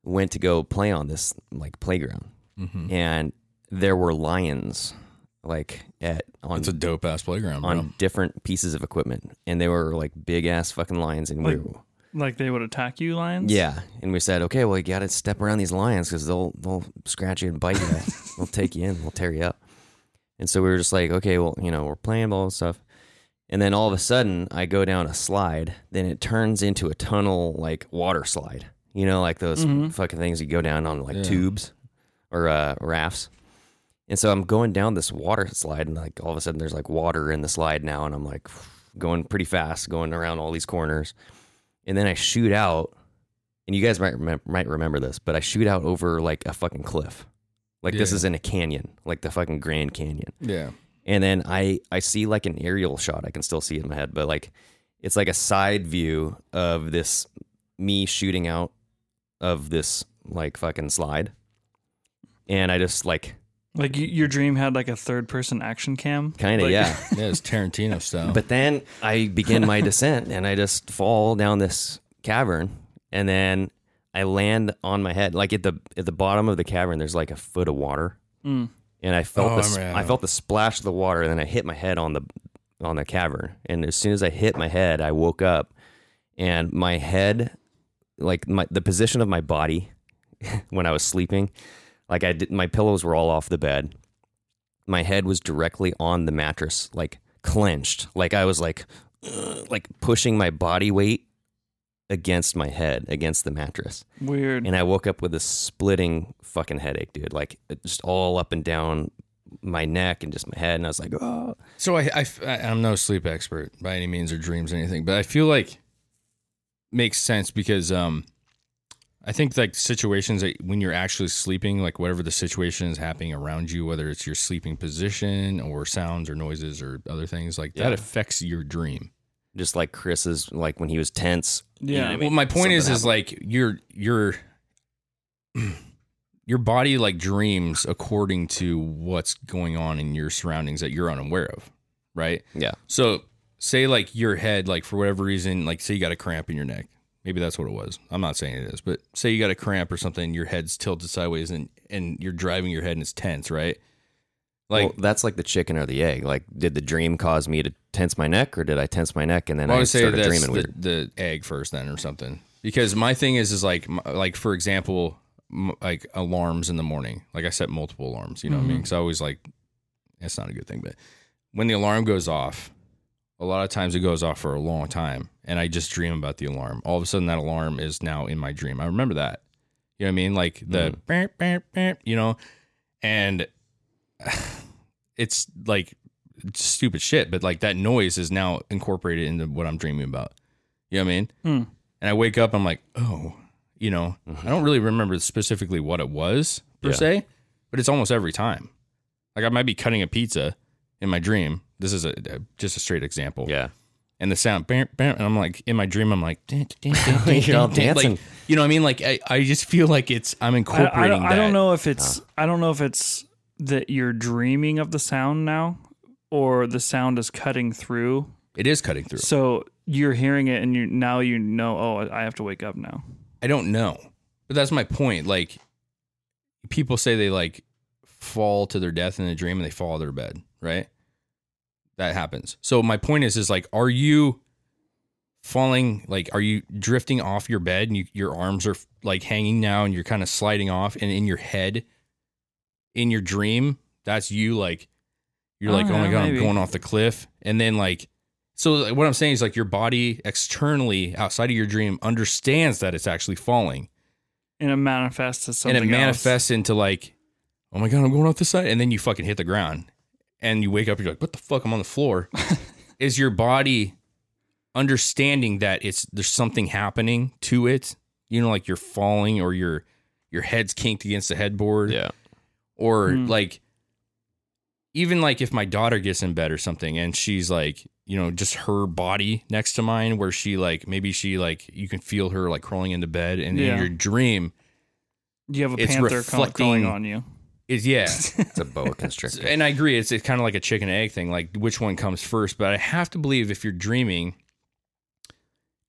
[SPEAKER 5] went to go play on this like playground,
[SPEAKER 2] Mhm.
[SPEAKER 5] and there were lions like at on
[SPEAKER 2] It's a dope ass playground, bro.
[SPEAKER 5] on different pieces of equipment, and they were like big ass fucking lions, and we
[SPEAKER 3] Like-
[SPEAKER 5] were,
[SPEAKER 3] like they would attack you, lions.
[SPEAKER 5] yeah, and we said, okay, well, you got to step around these lions because they'll they'll scratch you and bite you. they'll take you in. They'll tear you up. And so we were just like, okay, well, you know, we're playing ball and stuff. And then all of a sudden, I go down a slide. Then it turns into a tunnel, like water slide. You know, like those fucking things you go down on, like
[SPEAKER 2] Yeah.
[SPEAKER 5] tubes or uh, rafts. And so I'm going down this water slide, and like all of a sudden, there's like water in the slide now, and I'm like going pretty fast, going around all these corners. And then I shoot out and you guys might remem- might remember this, but I shoot out over like a fucking cliff. Like this
[SPEAKER 2] Yeah.
[SPEAKER 5] is in a canyon, like the fucking Grand Canyon.
[SPEAKER 2] Yeah.
[SPEAKER 5] And then I I see like an aerial shot. I can still see it in my head, but like it's like a side view of this me shooting out of this like fucking slide. And I just like
[SPEAKER 3] Like y- your dream had like a third person action cam.
[SPEAKER 5] kind of
[SPEAKER 3] Like-
[SPEAKER 5] yeah.
[SPEAKER 2] Yeah, it's Tarantino style.
[SPEAKER 5] But then I begin my descent and I just fall down this cavern and then I land on my head. Like at the at the bottom of the cavern there's like a foot of water. And I felt
[SPEAKER 2] Oh,
[SPEAKER 5] the
[SPEAKER 2] I
[SPEAKER 5] s-
[SPEAKER 2] remember.
[SPEAKER 5] I felt the splash of the water and then I hit my head on the on the cavern. And as soon as I hit my head, I woke up and my head like my the position of my body when I was sleeping, like I did my pillows were all off the bed my head was directly on the mattress, like clenched. Like I was like, "Ugh," like pushing my body weight against my head, against the mattress.
[SPEAKER 3] Weird.
[SPEAKER 5] And I woke up with a splitting fucking headache, dude. Like it just all up and down my neck and just my head. And I was like, oh.
[SPEAKER 2] So I, I, am no sleep expert by any means or dreams or anything, but I feel like makes sense because um, I think like situations that when you're actually sleeping, like whatever the situation is happening around you, whether it's your sleeping position or sounds or noises or other things like that
[SPEAKER 5] Yeah.
[SPEAKER 2] affects your dream.
[SPEAKER 5] just like Chris's, like when he was tense.
[SPEAKER 3] yeah.
[SPEAKER 2] well, my point
[SPEAKER 5] something
[SPEAKER 2] is, is like your your your body like dreams according to what's going on in your surroundings that you're unaware of, right?
[SPEAKER 5] Yeah.
[SPEAKER 2] So say like your head, like for whatever reason, like say you got a cramp in your neck. Maybe that's what it was. I'm not saying it is, but say you got a cramp or something, your head's tilted sideways and and you're driving your head and it's tense, right? Like,
[SPEAKER 5] well, that's like the chicken or the egg. Like, did the dream cause me to tense my neck, or did I tense my neck and then
[SPEAKER 2] Well, I
[SPEAKER 5] I
[SPEAKER 2] would say
[SPEAKER 5] started
[SPEAKER 2] that's
[SPEAKER 5] dreaming
[SPEAKER 2] the,
[SPEAKER 5] weird?
[SPEAKER 2] the egg first, then, or something. Because my thing is, is like, m- like for example, m- like alarms in the morning. Like I set multiple alarms. You know
[SPEAKER 5] Mm-hmm.
[SPEAKER 2] what I mean? Because I always like, that's not a good thing. But when the alarm goes off, a lot of times it goes off for a long time, and I just dream about the alarm. All of a sudden, that alarm is now in my dream. I remember that. You know what I mean? Like the,
[SPEAKER 5] Mm-hmm.
[SPEAKER 2] "Bam, bam, bam," you know, and it's like stupid shit, but like that noise is now incorporated into what I'm dreaming about. You know what I mean?
[SPEAKER 3] Hmm.
[SPEAKER 2] And I wake up, I'm like, oh, you know, I don't really remember specifically what it was per
[SPEAKER 5] Mm-hmm. Yeah.
[SPEAKER 2] se, but it's almost every time. Like I might be cutting a pizza in my dream. This is a, a- just a straight example.
[SPEAKER 5] Yeah.
[SPEAKER 2] And the sound, bam, bam, and I'm like in my dream, I'm like, dun, dun, dun, dun,
[SPEAKER 5] You're all
[SPEAKER 2] dun, dun. Like,
[SPEAKER 5] dancing.
[SPEAKER 2] you know what I mean? Like I, I just feel like it's I'm
[SPEAKER 3] I,
[SPEAKER 2] incorporating.
[SPEAKER 3] I don't,
[SPEAKER 2] that.
[SPEAKER 3] I don't know if it's I don't know if it's that you're dreaming of the sound now or the sound is cutting through.
[SPEAKER 2] It is cutting through.
[SPEAKER 3] So you're hearing it and you now you know, oh, I have to wake up now.
[SPEAKER 2] I don't know. But that's my point. Like people say they like fall to their death in a dream and they fall out of their bed, right? That happens. So my point is is like are you falling like are you drifting off your bed and you, your arms are like hanging now and you're kind of sliding off and in your head in your dream that's you like you're
[SPEAKER 3] I
[SPEAKER 2] like
[SPEAKER 3] don't
[SPEAKER 2] oh my
[SPEAKER 3] know,
[SPEAKER 2] god
[SPEAKER 3] maybe.
[SPEAKER 2] I'm going off the cliff and then like so like, what I'm saying is like your body externally outside of your dream understands that it's actually falling
[SPEAKER 3] And it manifests as something
[SPEAKER 2] and it
[SPEAKER 3] else.
[SPEAKER 2] manifests into like, oh my god, I'm going off the side, and then you fucking hit the ground, and you wake up, you're like, what the fuck, I'm on the floor. Is your body understanding that it's there's something happening to it? You know, like you're falling or your your head's kinked against the headboard
[SPEAKER 5] Yeah.
[SPEAKER 2] or
[SPEAKER 3] Mm.
[SPEAKER 2] like even like if my daughter gets in bed or something and she's like you know just her body next to mine where she like maybe she like you can feel her like crawling into bed and
[SPEAKER 3] Yeah.
[SPEAKER 2] in your dream
[SPEAKER 3] You have a
[SPEAKER 2] it's
[SPEAKER 3] panther crawling- crawling
[SPEAKER 2] reflecting-
[SPEAKER 3] on you.
[SPEAKER 2] is yeah
[SPEAKER 5] It's a boa constrictor.
[SPEAKER 2] and i agree it's, it's kind of like a chicken and egg thing like which one comes first but i have to believe if you're dreaming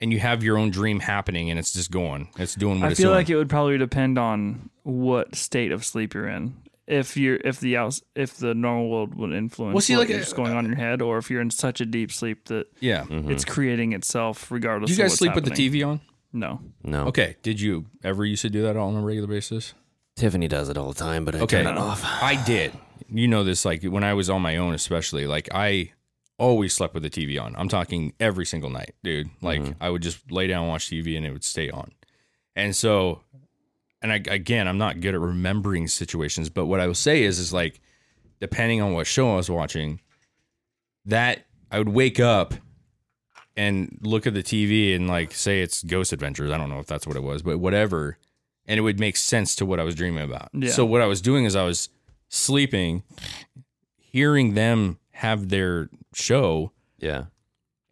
[SPEAKER 2] and you have your own dream happening and it's just going it's doing what
[SPEAKER 3] I
[SPEAKER 2] it's
[SPEAKER 3] feel
[SPEAKER 2] doing
[SPEAKER 3] like it would probably depend on what state of sleep you're in. If you're if the outs if the normal world would influence
[SPEAKER 2] Well, see,
[SPEAKER 3] what
[SPEAKER 2] like,
[SPEAKER 3] is
[SPEAKER 2] uh,
[SPEAKER 3] going on in your head, or if you're in such a deep sleep that
[SPEAKER 2] yeah
[SPEAKER 3] it's creating itself regardless.
[SPEAKER 2] do you
[SPEAKER 3] of
[SPEAKER 2] guys
[SPEAKER 3] Mm-hmm. what's
[SPEAKER 2] sleep with
[SPEAKER 3] happening.
[SPEAKER 2] the tv on
[SPEAKER 3] No,
[SPEAKER 5] no.
[SPEAKER 2] okay did you ever used to do that on a regular basis
[SPEAKER 5] Tiffany does it all the time, but I
[SPEAKER 2] Okay.
[SPEAKER 5] turn it off.
[SPEAKER 2] I did. You know this, like when I was on my own, especially, like I always slept with the TV on. I'm talking every single night, dude. Like
[SPEAKER 3] Mm-hmm.
[SPEAKER 2] I would just lay down, watch TV, and it would stay on. And so, and I, again, I'm not good at remembering situations, but what I will say is, is like, depending on what show I was watching, that I would wake up and look at the TV and like say it's Ghost Adventures. I don't know if that's what it was, but whatever. And it would make sense to what I was dreaming about.
[SPEAKER 3] Yeah.
[SPEAKER 2] So what I was doing is I was sleeping, hearing them have their show,
[SPEAKER 5] Yeah.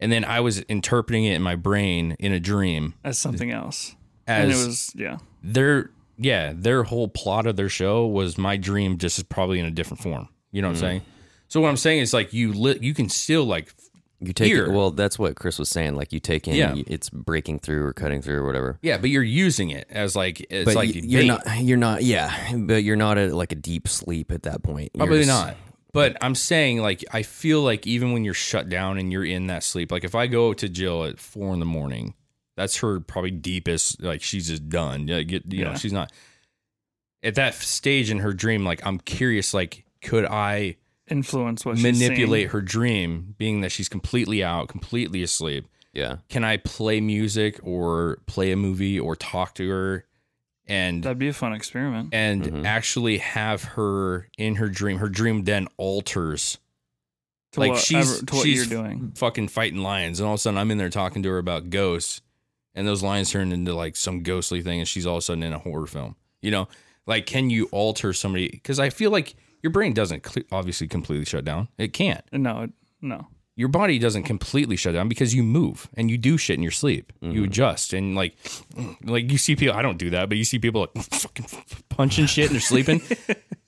[SPEAKER 2] and then I was interpreting it in my brain in a dream
[SPEAKER 3] as something else.
[SPEAKER 2] as
[SPEAKER 3] and it was yeah.
[SPEAKER 2] their yeah their whole plot of their show was my dream just is probably in a different form you
[SPEAKER 5] Mm-hmm.
[SPEAKER 2] know what i'm saying so what i'm saying is like you li- you can still like
[SPEAKER 5] You take
[SPEAKER 2] Here.
[SPEAKER 5] it. Well, that's what Chris was saying. Like, you take in,
[SPEAKER 2] Yeah.
[SPEAKER 5] you- it's breaking through or cutting through or whatever.
[SPEAKER 2] yeah but you're using it as like it's
[SPEAKER 5] but
[SPEAKER 2] like
[SPEAKER 5] y- you're
[SPEAKER 2] bait.
[SPEAKER 5] not, you're not, yeah, but you're not at like a deep sleep at that point. You're
[SPEAKER 2] probably
[SPEAKER 5] just-
[SPEAKER 2] not but i'm saying like i feel like even when you're shut down and you're in that sleep like if i go to jill at four in the morning that's her probably deepest like she's just done like, you you know
[SPEAKER 3] Yeah.
[SPEAKER 2] she's not at that stage in her dream like i'm curious like could i
[SPEAKER 3] Influence what
[SPEAKER 2] manipulate
[SPEAKER 3] She's
[SPEAKER 2] her dream, being that she's completely out, completely asleep.
[SPEAKER 5] Yeah.
[SPEAKER 2] Can I play music or play a movie or talk to her and
[SPEAKER 3] seeing. That'd be a fun experiment.
[SPEAKER 2] and actually have her in her dream? Her dream then alters.
[SPEAKER 3] To
[SPEAKER 2] like
[SPEAKER 3] whatever-
[SPEAKER 2] she's
[SPEAKER 3] to what
[SPEAKER 2] she's
[SPEAKER 3] you're doing.
[SPEAKER 2] fucking fighting lions, and all of a sudden I'm in there talking to her about ghosts, and those lions turn into like some ghostly thing, and she's all of a sudden in a horror film. You know, like can you alter somebody? Because I feel like your brain doesn't cle obviously completely shut down. It can't.
[SPEAKER 3] No, it- no.
[SPEAKER 2] your body doesn't completely shut down because you move and you do shit in your sleep. You adjust and like, like you see people. I don't do that, but you see people like fucking punching shit and they're sleeping.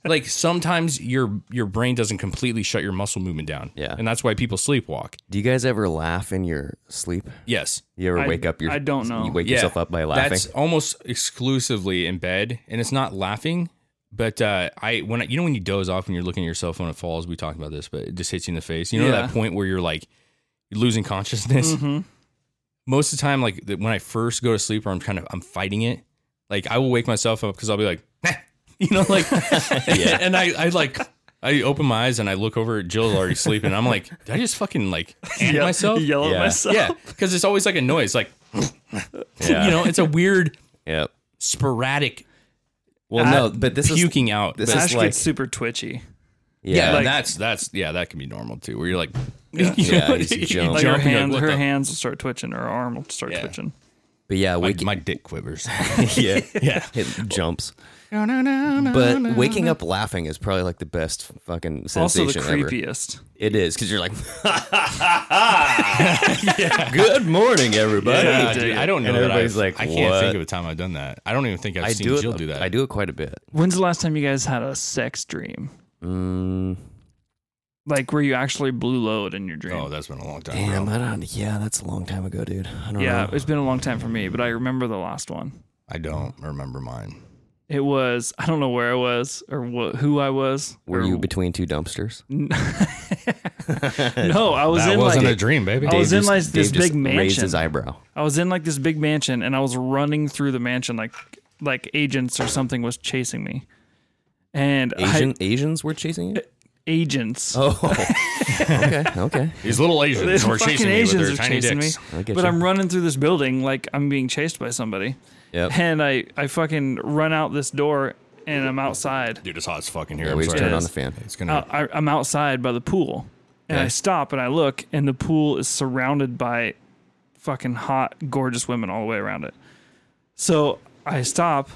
[SPEAKER 2] like sometimes your your brain doesn't completely shut your muscle movement down.
[SPEAKER 5] Yeah.
[SPEAKER 2] and that's why people sleepwalk.
[SPEAKER 5] Do you guys ever laugh in your sleep?
[SPEAKER 2] Yes,
[SPEAKER 5] You ever
[SPEAKER 3] I-
[SPEAKER 5] wake up? Your,
[SPEAKER 3] I don't know.
[SPEAKER 5] You wake
[SPEAKER 2] Yeah.
[SPEAKER 5] yourself up by laughing.
[SPEAKER 2] That's almost exclusively in bed, and it's not laughing, But uh, I when I, you know when you doze off and you're looking at your cell phone, it falls. We talked about this, but it just hits you in the face. You know
[SPEAKER 3] Yeah. Mm-hmm.
[SPEAKER 2] that point where you're like you're losing consciousness. Most of the time, like the, when I first go to sleep, or I'm kind of I'm fighting it. Like I will wake myself up because I'll be like, "Nah," you know, like, and I I like I open my eyes and I look over at Jill's already sleeping. and I'm like, did I just fucking like ant
[SPEAKER 3] Yell-
[SPEAKER 2] myself?
[SPEAKER 3] Yell at
[SPEAKER 5] Yeah.
[SPEAKER 3] myself.
[SPEAKER 2] Yeah, because it's always like a noise, like
[SPEAKER 5] Yeah.
[SPEAKER 2] you know, it's a weird
[SPEAKER 5] Yep.
[SPEAKER 2] sporadic
[SPEAKER 5] Well,
[SPEAKER 3] I-
[SPEAKER 5] no, but this is
[SPEAKER 2] puking out.
[SPEAKER 5] this
[SPEAKER 2] but-
[SPEAKER 5] is
[SPEAKER 3] Ash
[SPEAKER 5] like-
[SPEAKER 3] gets super twitchy.
[SPEAKER 2] Yeah,
[SPEAKER 5] yeah,
[SPEAKER 3] like-
[SPEAKER 2] that's that's yeah, that can be normal too. Where you're like,
[SPEAKER 5] Yeah, you just jump.
[SPEAKER 2] Like
[SPEAKER 3] Like her
[SPEAKER 2] jumping,
[SPEAKER 3] hands,
[SPEAKER 2] what
[SPEAKER 3] her
[SPEAKER 2] the-
[SPEAKER 3] hands will start twitching. Her arm will start
[SPEAKER 2] Yeah.
[SPEAKER 3] twitching.
[SPEAKER 5] but yeah,
[SPEAKER 2] My,
[SPEAKER 5] waking
[SPEAKER 2] my dick quivers.
[SPEAKER 5] yeah,
[SPEAKER 2] yeah,
[SPEAKER 5] it jumps. But waking up laughing is probably like the best fucking
[SPEAKER 3] Also,
[SPEAKER 5] sensation
[SPEAKER 3] the
[SPEAKER 5] ever.
[SPEAKER 3] creepiest.
[SPEAKER 5] It is because you're like, good morning, everybody.
[SPEAKER 2] yeah dude, I don't know.
[SPEAKER 5] And
[SPEAKER 2] that
[SPEAKER 5] everybody's
[SPEAKER 2] I've-
[SPEAKER 5] like,
[SPEAKER 2] I can't think
[SPEAKER 5] "What?"
[SPEAKER 2] of a time I've done that. I don't even think I've
[SPEAKER 5] I
[SPEAKER 2] seen
[SPEAKER 5] do it.
[SPEAKER 2] Jill do that.
[SPEAKER 5] I do it quite a bit.
[SPEAKER 3] When's the last time you guys had a sex dream?
[SPEAKER 5] Mm,
[SPEAKER 3] Like where you actually blew load in your dream?
[SPEAKER 2] Oh, that's been a long time.
[SPEAKER 5] damn,
[SPEAKER 2] bro.
[SPEAKER 5] I don't. Yeah, that's a long time ago, dude. I don't
[SPEAKER 2] uh.
[SPEAKER 3] yeah,
[SPEAKER 5] know.
[SPEAKER 3] it's been a long time for me, but I remember the last one.
[SPEAKER 2] I don't remember mine.
[SPEAKER 3] It was I don't know where I was or what who I was.
[SPEAKER 5] Were
[SPEAKER 3] or-
[SPEAKER 5] you between two dumpsters?
[SPEAKER 3] No, I was
[SPEAKER 2] That
[SPEAKER 3] in
[SPEAKER 2] wasn't
[SPEAKER 3] like
[SPEAKER 2] a dream, baby.
[SPEAKER 3] I was in like
[SPEAKER 5] Dave
[SPEAKER 3] this
[SPEAKER 5] just
[SPEAKER 3] big
[SPEAKER 5] raised
[SPEAKER 3] mansion.
[SPEAKER 5] his eyebrow.
[SPEAKER 3] I was in like this big mansion, and I was running through the mansion like like agents or something was chasing me, and
[SPEAKER 5] Asian
[SPEAKER 3] I,
[SPEAKER 5] Asians were chasing you.
[SPEAKER 3] agents.
[SPEAKER 5] Oh, okay, okay.
[SPEAKER 2] These little Asians were
[SPEAKER 3] fucking
[SPEAKER 2] chasing me with their
[SPEAKER 3] are
[SPEAKER 2] tiny
[SPEAKER 3] chasing
[SPEAKER 2] dicks.
[SPEAKER 5] I
[SPEAKER 3] me.
[SPEAKER 5] get
[SPEAKER 3] But
[SPEAKER 5] you.
[SPEAKER 3] I'm running through this building like I'm being chased by somebody.
[SPEAKER 5] Yep.
[SPEAKER 3] And I, I fucking run out this door and I'm outside.
[SPEAKER 2] Dude, it's hot as fucking here.
[SPEAKER 5] Yeah,
[SPEAKER 2] I'm
[SPEAKER 5] we just
[SPEAKER 2] sorry.
[SPEAKER 5] turned on
[SPEAKER 3] Yes.
[SPEAKER 5] the fan.
[SPEAKER 2] It's gonna.
[SPEAKER 3] Out- Uh, I, I'm outside by the pool. And I
[SPEAKER 5] Okay.
[SPEAKER 3] stop and I look, and the pool is surrounded by fucking hot, gorgeous women all the way around it. So I stop.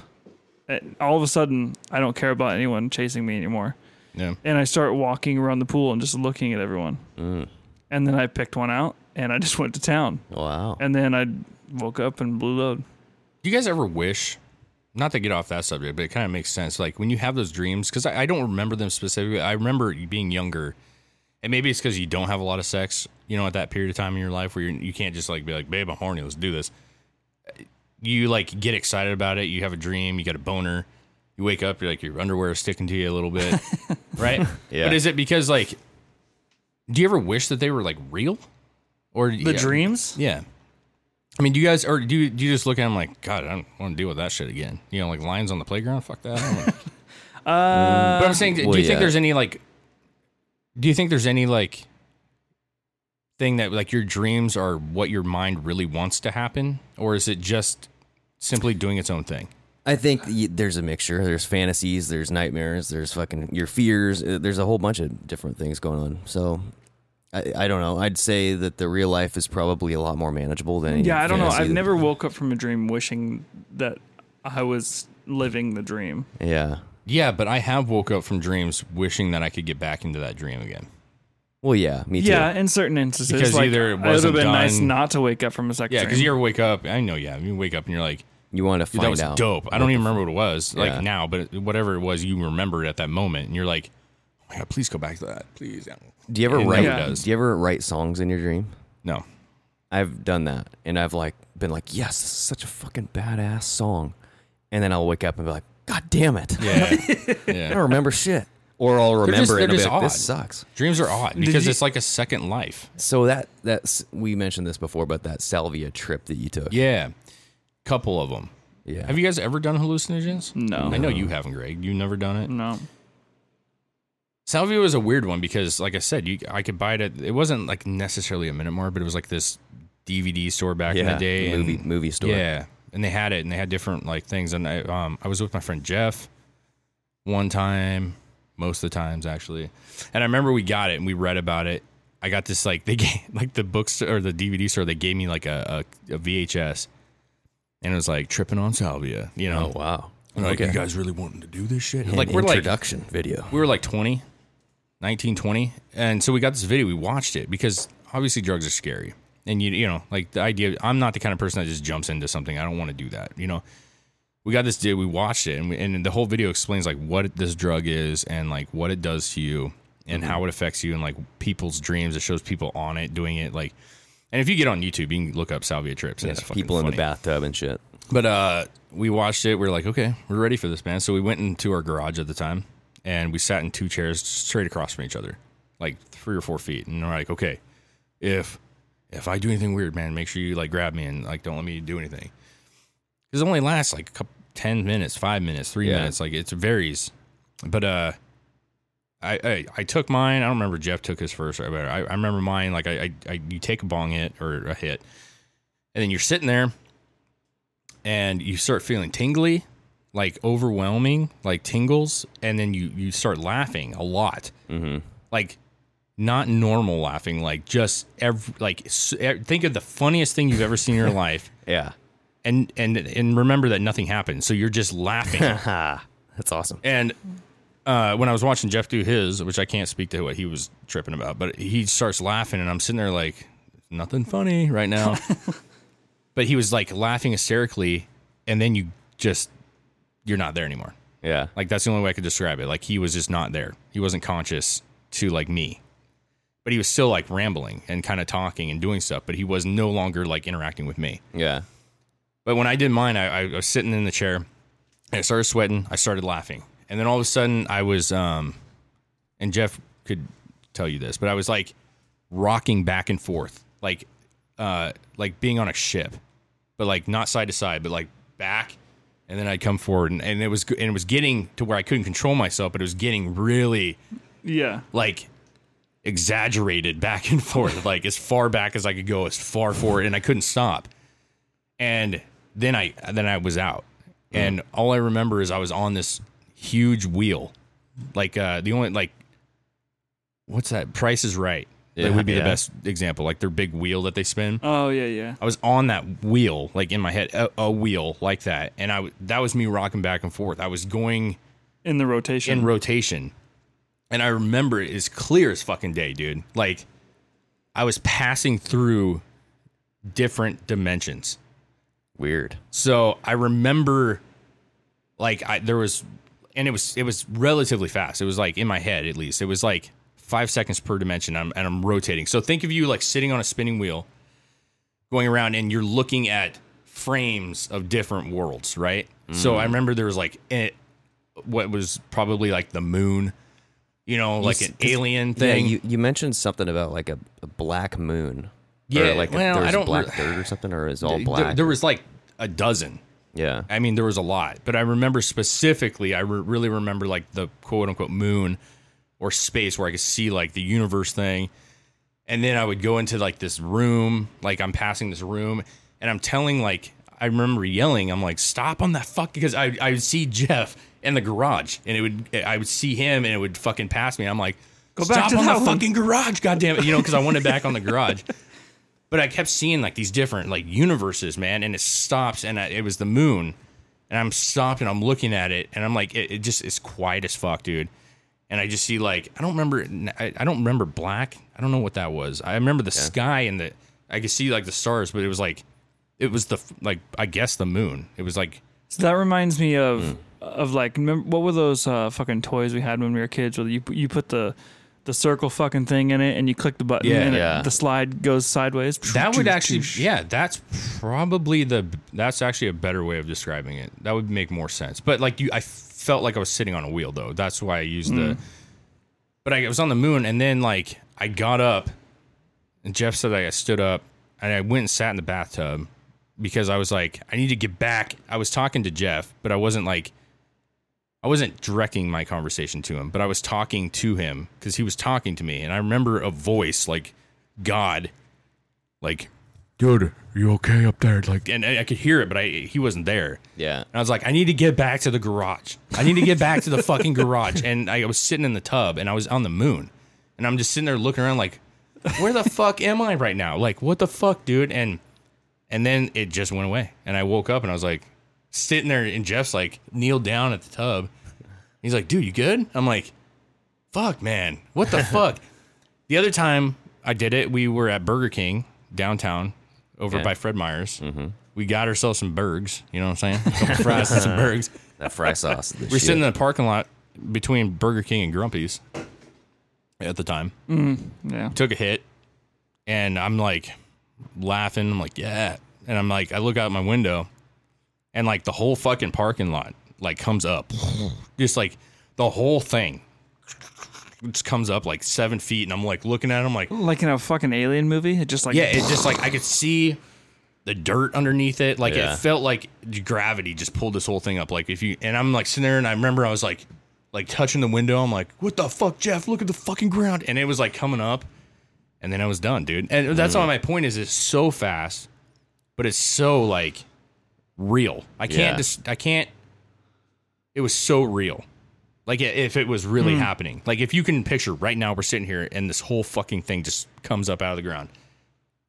[SPEAKER 3] And all of a sudden, I don't care about anyone chasing me anymore.
[SPEAKER 2] yeah.
[SPEAKER 3] and I start walking around the pool and just looking at everyone. And then I picked one out and I just went to town.
[SPEAKER 5] Wow.
[SPEAKER 3] And then I woke up and blew load.
[SPEAKER 2] Do you guys ever wish, not to get off that subject, but it kind of makes sense. Like when you have those dreams, because I, I don't remember them specifically. I remember being younger, and maybe it's because you don't have a lot of sex, you know, at that period of time in your life where you're, you can't just like be like, babe, I'm horny, let's do this. You like get excited about it. You have a dream, you got a boner. You wake up, you're like, your underwear is sticking to you a little bit, right?
[SPEAKER 5] Yeah.
[SPEAKER 2] But is it because like, do you ever wish that they were like real? Or
[SPEAKER 3] The dreams?
[SPEAKER 2] yeah. I mean, do you guys or do you, do you just look at them like, God, I don't want to deal with that shit again? You know, like lions on the playground. Fuck that. I don't uh, but I'm saying, do you
[SPEAKER 5] well,
[SPEAKER 2] think
[SPEAKER 5] yeah.
[SPEAKER 2] there's any like? Do you think there's any like thing that like your dreams are what your mind really wants to happen, or is it just simply doing its own thing?
[SPEAKER 5] I think y- there's a mixture. There's fantasies, there's nightmares, there's fucking your fears. uh, There's a whole bunch of different things going on. So I, I don't know. I'd say that the real life is probably a lot more manageable than any
[SPEAKER 3] Yeah, I don't know.
[SPEAKER 5] fantasy
[SPEAKER 3] I've
[SPEAKER 5] that-
[SPEAKER 3] never woke up from a dream wishing that I was living the dream.
[SPEAKER 5] Yeah.
[SPEAKER 2] Yeah, but I have woke up from dreams wishing that I could get back into that dream again.
[SPEAKER 5] Well, yeah, me too.
[SPEAKER 3] Yeah, in certain instances.
[SPEAKER 2] Because
[SPEAKER 3] like,
[SPEAKER 2] either it
[SPEAKER 3] would have
[SPEAKER 2] wasn't
[SPEAKER 3] been nice
[SPEAKER 2] done-
[SPEAKER 3] not to wake up from a second
[SPEAKER 2] Yeah,
[SPEAKER 3] dream.
[SPEAKER 2] because you ever wake up, I know. Yeah, you wake up and you're like,
[SPEAKER 5] You want to
[SPEAKER 2] Dude,
[SPEAKER 5] find
[SPEAKER 2] that was
[SPEAKER 5] out?
[SPEAKER 2] dope. I don't even remember what it was like
[SPEAKER 5] Yeah.
[SPEAKER 2] now, but it- whatever it was, you remember it at that moment, and you're like, "Oh my god, please go back to that, please."
[SPEAKER 5] Do you ever
[SPEAKER 2] It
[SPEAKER 5] write?
[SPEAKER 2] never does.
[SPEAKER 5] Do you ever write songs in your dream?
[SPEAKER 2] No,
[SPEAKER 5] I've done that, and I've like been like, yes, this is such a fucking badass song, and then I'll wake up and be like, god damn it,
[SPEAKER 2] yeah,
[SPEAKER 5] I don't remember shit, or I'll remember
[SPEAKER 2] just-
[SPEAKER 5] it and
[SPEAKER 2] they're
[SPEAKER 5] I'll be
[SPEAKER 2] just
[SPEAKER 5] like,
[SPEAKER 2] odd.
[SPEAKER 5] this sucks.
[SPEAKER 2] dreams are odd because
[SPEAKER 3] you-
[SPEAKER 2] it's like a second life.
[SPEAKER 5] So that that's we mentioned this before, but that salvia trip that you took.
[SPEAKER 2] Yeah, couple of them.
[SPEAKER 5] Yeah.
[SPEAKER 2] Have you guys ever done hallucinogens?
[SPEAKER 3] No. Mm.
[SPEAKER 2] I know you haven't, Greg. You've never done it.
[SPEAKER 3] No.
[SPEAKER 2] Salvia was a weird one because, like I said, you I could buy it. At, it wasn't like necessarily a minute more, but it was like this DVD store back in
[SPEAKER 5] Yeah,
[SPEAKER 2] the day,
[SPEAKER 5] movie-
[SPEAKER 2] and-
[SPEAKER 5] movie store.
[SPEAKER 2] Yeah, and they had it, and they had different like things. And I, um, I was with my friend Jeff one time, most of the times actually, and I remember we got it and we read about it. I got this like they gave like the books or the DVD store. They gave me like a, a, a VHS, and it was like tripping on salvia. You know,
[SPEAKER 5] Oh wow.
[SPEAKER 2] And, like
[SPEAKER 5] Okay.
[SPEAKER 2] you guys really wanting to do this shit?
[SPEAKER 5] An
[SPEAKER 2] like we're like
[SPEAKER 5] introduction video.
[SPEAKER 2] we were like 20 19 20 and so we got this video we watched it because obviously drugs are scary and you you know like the idea i'm not the kind of person that just jumps into something i don't want to do that you know we got this dude we watched it and, we, and the whole video explains like what this drug is and like what it does to you and how
[SPEAKER 5] Mm-hmm.
[SPEAKER 2] it affects you and like people's dreams it shows people on it doing it like and if you get on youtube you can look up salvia trips and it's fucking
[SPEAKER 5] People in
[SPEAKER 2] funny.
[SPEAKER 5] the bathtub and shit.
[SPEAKER 2] But uh, we watched it. We were like, okay, we're ready for this, man. So we went into our garage at the time, and we sat in two chairs straight across from each other, like three or four feet. And we're like, okay, if if I do anything weird, man, make sure you like grab me and like don't let me do anything, because it only lasts like a couple, ten minutes, five minutes, three
[SPEAKER 5] Yeah.
[SPEAKER 2] minutes. Like it varies. But uh, I, I I took mine. I don't remember if Jeff took his first, but I, I remember mine. Like I, I I you take a bong hit or a hit, and then you're sitting there and you start feeling tingly, like overwhelming, like tingles, and then you you start laughing a lot, mm-hmm. like not normal laughing, like just every like s- e- think of the funniest thing you've ever seen in your life,
[SPEAKER 5] Yeah.
[SPEAKER 2] and and and remember that nothing happened, so you're just laughing.
[SPEAKER 5] Ha. That's awesome.
[SPEAKER 2] and uh, when I was watching Jeff do his, which I can't speak to what he was tripping about, but he starts laughing, and I'm sitting there like nothing funny right now. but he was like laughing hysterically, and then you just you're not there anymore.
[SPEAKER 5] Yeah.
[SPEAKER 2] Like that's the only way I could describe it. Like he was just not there. He wasn't conscious to like me. But he was still like rambling and kind of talking and doing stuff, but he was no longer like interacting with me.
[SPEAKER 5] Yeah.
[SPEAKER 2] But when I did mine, I, I was sitting in the chair and I started sweating. I started laughing. And then all of a sudden, I was, um, and Jeff could tell you this, but I was like rocking back and forth, like, uh, like being on a ship, but like not side to side, but like back. And then I'd come forward and, and it was, and it was getting to where I couldn't control myself, but it was getting really
[SPEAKER 3] Yeah.
[SPEAKER 2] like exaggerated back and forth, like as far back as I could go, as far forward, and I couldn't stop. And then I then I was out, and all I remember is I was on this huge wheel, like uh, the only like what's that? Price is Right. That
[SPEAKER 5] Yeah,
[SPEAKER 2] would be
[SPEAKER 5] yeah.
[SPEAKER 2] the best example, like their big wheel that they spin.
[SPEAKER 3] Oh yeah, yeah.
[SPEAKER 2] I was on that wheel, like in my head, a, a wheel like that, and I w- that was me rocking back and forth. I was going
[SPEAKER 3] In the rotation.
[SPEAKER 2] in rotation. And I remember it as clear as fucking day, dude. Like I was passing through different dimensions.
[SPEAKER 5] Weird.
[SPEAKER 2] So I remember like I there was and it was it was relatively fast. It was like in my head at least. It was like 5 seconds per dimension I'm, and I'm rotating. So think of you like sitting on a spinning wheel going around and you're looking at frames of different worlds, right? So I
[SPEAKER 5] Mm.
[SPEAKER 2] remember there was like eh, what was probably like the moon, you know, like
[SPEAKER 5] s-
[SPEAKER 2] an
[SPEAKER 5] 'cause-
[SPEAKER 2] alien thing.
[SPEAKER 5] Yeah, you, you mentioned something about like a, a black moon.
[SPEAKER 2] Yeah,
[SPEAKER 5] Or like a,
[SPEAKER 2] well,
[SPEAKER 5] there
[SPEAKER 2] I
[SPEAKER 5] was
[SPEAKER 2] don't
[SPEAKER 5] black
[SPEAKER 2] re-
[SPEAKER 5] dirt or something, or is all
[SPEAKER 2] There-
[SPEAKER 5] black.
[SPEAKER 2] there was like a dozen
[SPEAKER 5] yeah.
[SPEAKER 2] I mean, there was a lot, but I remember specifically, I re- really remember like the quote unquote moon or space where I could see like the universe thing. And then I would go into like this room, like I'm passing this room and I'm telling like, I remember yelling, I'm like, stop on that fuck. Because I, I would see Jeff in the garage and it would, I would see him and it would fucking pass me. I'm like, go
[SPEAKER 3] back
[SPEAKER 2] stop
[SPEAKER 3] to
[SPEAKER 2] on
[SPEAKER 3] that
[SPEAKER 2] the
[SPEAKER 3] one."
[SPEAKER 2] fucking garage. God damn it. You know, because I wanted back on the garage but I kept seeing like these different like universes, man, and it stops, and I, it was the moon, and I'm stopped, and I'm looking at it, and I'm like, it, it just is quiet as fuck, dude, and I just see like I don't remember, I, I don't remember black, I don't know what that was. I remember the sky and the I could see like the stars, but it was like it was the f- like I guess the moon. It was like
[SPEAKER 3] So that reminds me of
[SPEAKER 2] Mm.
[SPEAKER 3] of like remember, what were those uh, fucking toys we had when we were kids? Where you you put the the circle fucking thing in it and you click the button
[SPEAKER 2] Yeah.
[SPEAKER 3] and it-
[SPEAKER 5] Yeah.
[SPEAKER 3] the slide goes sideways.
[SPEAKER 2] that would actually yeah that's probably the that's actually a better way of describing it that would make more sense but like you i felt like i was sitting on a wheel though that's why i used the but i was on the moon and then like i got up and jeff said like, i stood up and i went and sat in the bathtub because i was like i need to get back i was talking to jeff but i wasn't like I wasn't directing my conversation to him, but I was talking to him because he was talking to me. And I remember a voice like God, like, dude, you okay up there? Like, and I I could hear it, but I he wasn't there.
[SPEAKER 5] Yeah.
[SPEAKER 2] And I was like, I need to get back to the garage. I need to get back to the fucking garage. And I was sitting in the tub and I was on the moon. And I'm just sitting there looking around like, where the fuck am I right now? Like, what the fuck, dude? And and then it just went away. And I woke up and I was like sitting there and Jeff's like kneeled down at the tub. He's like, dude, you good? I'm like, fuck, man. What the fuck? The other time I did it, we were at Burger King downtown over
[SPEAKER 5] Okay.
[SPEAKER 2] by Fred Meyer's.
[SPEAKER 5] Mm-hmm.
[SPEAKER 2] We got ourselves some burgers. You know what I'm saying? A couple fries and some burgers.
[SPEAKER 5] That fry sauce. the
[SPEAKER 2] We are
[SPEAKER 5] shit.
[SPEAKER 2] sitting in the parking lot between Burger King and Grumpy's at the time.
[SPEAKER 3] Yeah.
[SPEAKER 2] Took a hit, and I'm like laughing. I'm like, yeah. And I'm like, I look out my window, and like the whole fucking parking lot like comes up, just like the whole thing just comes up like seven feet, and I'm like looking at it, I'm like,
[SPEAKER 3] Like in a fucking alien movie, it just like
[SPEAKER 2] yeah, it just like I could see the dirt underneath it. Like
[SPEAKER 5] Yeah.
[SPEAKER 2] it felt like gravity just pulled this whole thing up. Like if you and I'm like sitting there and I remember I was like like touching the window. I'm like, what the fuck, Jeff? Look at the fucking ground. And it was like coming up. And then I was done, dude. And that's why my point is it's so fast, but it's so like real. I can't
[SPEAKER 5] Yeah.
[SPEAKER 2] just I can't it was so real. Like i- if it was really happening. Like if you can picture right now we're sitting here and this whole fucking thing just comes up out of the ground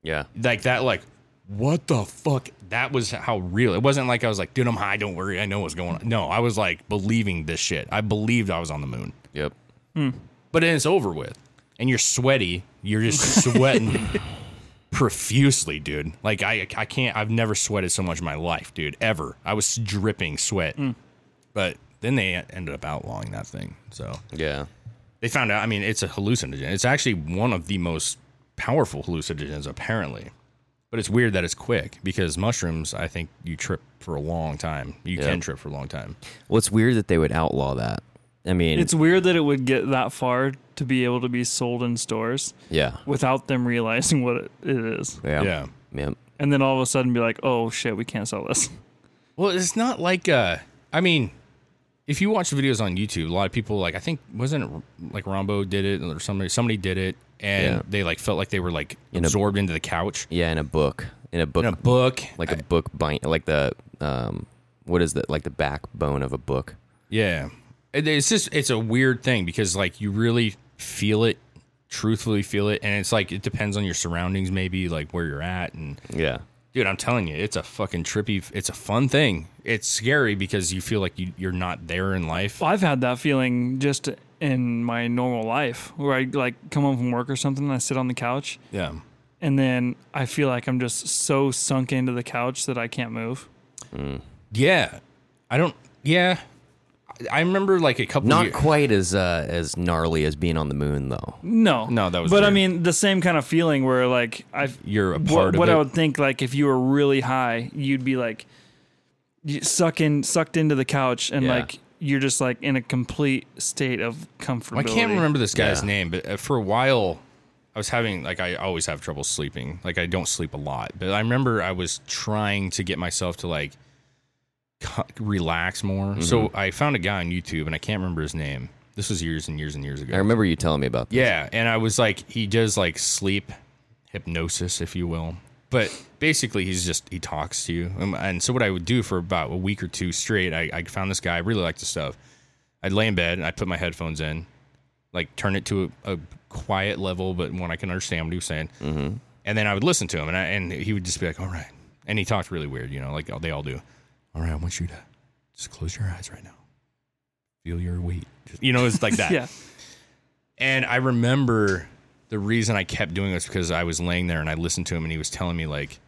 [SPEAKER 5] Yeah.
[SPEAKER 2] like that like what the fuck that was how real it wasn't like i was like dude i'm high don't worry i know what's going on no i was like believing this shit i believed i was on the moon
[SPEAKER 5] Yep.
[SPEAKER 2] but then it's over with and you're sweaty you're just sweating profusely dude like i i can't i've never sweated so much in my life dude ever i was dripping sweat but then they ended up outlawing that thing so
[SPEAKER 5] Yeah.
[SPEAKER 2] they found out. I mean, it's a hallucinogen. It's actually one of the most powerful hallucinogens, apparently. But it's weird that it's quick because mushrooms. I think you trip for a long time. You
[SPEAKER 5] Yeah.
[SPEAKER 2] can trip for a long time.
[SPEAKER 5] Well, it's weird that they would outlaw that. I mean,
[SPEAKER 3] It's weird that it would get that far to be able to be sold in stores
[SPEAKER 5] yeah.
[SPEAKER 3] without them realizing what it it is.
[SPEAKER 5] Yeah.
[SPEAKER 2] Yeah.
[SPEAKER 5] Yep.
[SPEAKER 3] And then all of a sudden be like, oh shit, we can't sell this.
[SPEAKER 2] Well, it's not like. Uh, I mean, if you watch the videos on YouTube, a lot of people like. I think wasn't it R- like Rombo did it or somebody somebody did it and
[SPEAKER 5] Yeah.
[SPEAKER 2] they like felt like they were like
[SPEAKER 5] In a-
[SPEAKER 2] absorbed into the couch
[SPEAKER 5] Yeah, in a book. In a book.
[SPEAKER 2] in a book.
[SPEAKER 5] Like a book bind. Like the um, what is that? Like the backbone of a book.
[SPEAKER 2] Yeah. It- It's just it's a weird thing because like you really feel it, truthfully feel it, and it's like it depends on your surroundings, maybe like where you're at, and
[SPEAKER 5] Yeah.
[SPEAKER 2] dude, I'm telling you, it's a fucking trippy. It's a fun thing. It's scary because you feel like you you're not there in life.
[SPEAKER 3] Well, I've had that feeling just in my normal life where I like come home from work or something and I sit on the couch
[SPEAKER 2] Yeah.
[SPEAKER 3] and then I feel like I'm just so sunk into the couch that I can't move.
[SPEAKER 2] Yeah. I don't. Yeah. I- I remember like a couple.
[SPEAKER 5] Not
[SPEAKER 2] year-
[SPEAKER 5] quite as uh, as gnarly as being on the moon, though.
[SPEAKER 3] No.
[SPEAKER 2] No, that was
[SPEAKER 3] But I
[SPEAKER 2] weird.
[SPEAKER 3] mean, the same kind of feeling where like I
[SPEAKER 2] You're a
[SPEAKER 3] wh-
[SPEAKER 2] part of
[SPEAKER 3] what
[SPEAKER 2] it.
[SPEAKER 3] I would think like if you were really high, you'd be like you suck in, sucked into the couch and
[SPEAKER 5] Yeah.
[SPEAKER 3] like you're just like in a complete state of comfortability.
[SPEAKER 2] I can't remember this guy's
[SPEAKER 5] Yeah.
[SPEAKER 2] name, but uh, for a while, I was having like I always have trouble sleeping. Like I don't sleep a lot, but I remember I was trying to get myself to like cu- relax more. So I found a guy on YouTube, and I can't remember his name. This was years and years and years ago.
[SPEAKER 5] I remember you telling me about that.
[SPEAKER 2] Yeah, and I was like, he does like sleep hypnosis, if you will. But basically, he's just he talks to you, and, and so what I would do for about a week or two straight, I, I found this guy. I really liked the stuff. I'd lay in bed and I'd put my headphones in, like turn it to a, a quiet level, but one I can understand what he was saying. Mm-hmm. And then I would listen to him, and I, and he would just be like, "All right," and he talked really weird, you know, like they all do. All right, I want you to just close your eyes right now, feel your weight, Just- you know, it's like that.
[SPEAKER 3] Yeah.
[SPEAKER 2] And I remember the reason I kept doing this because I was laying there and I listened to him and he was telling me like,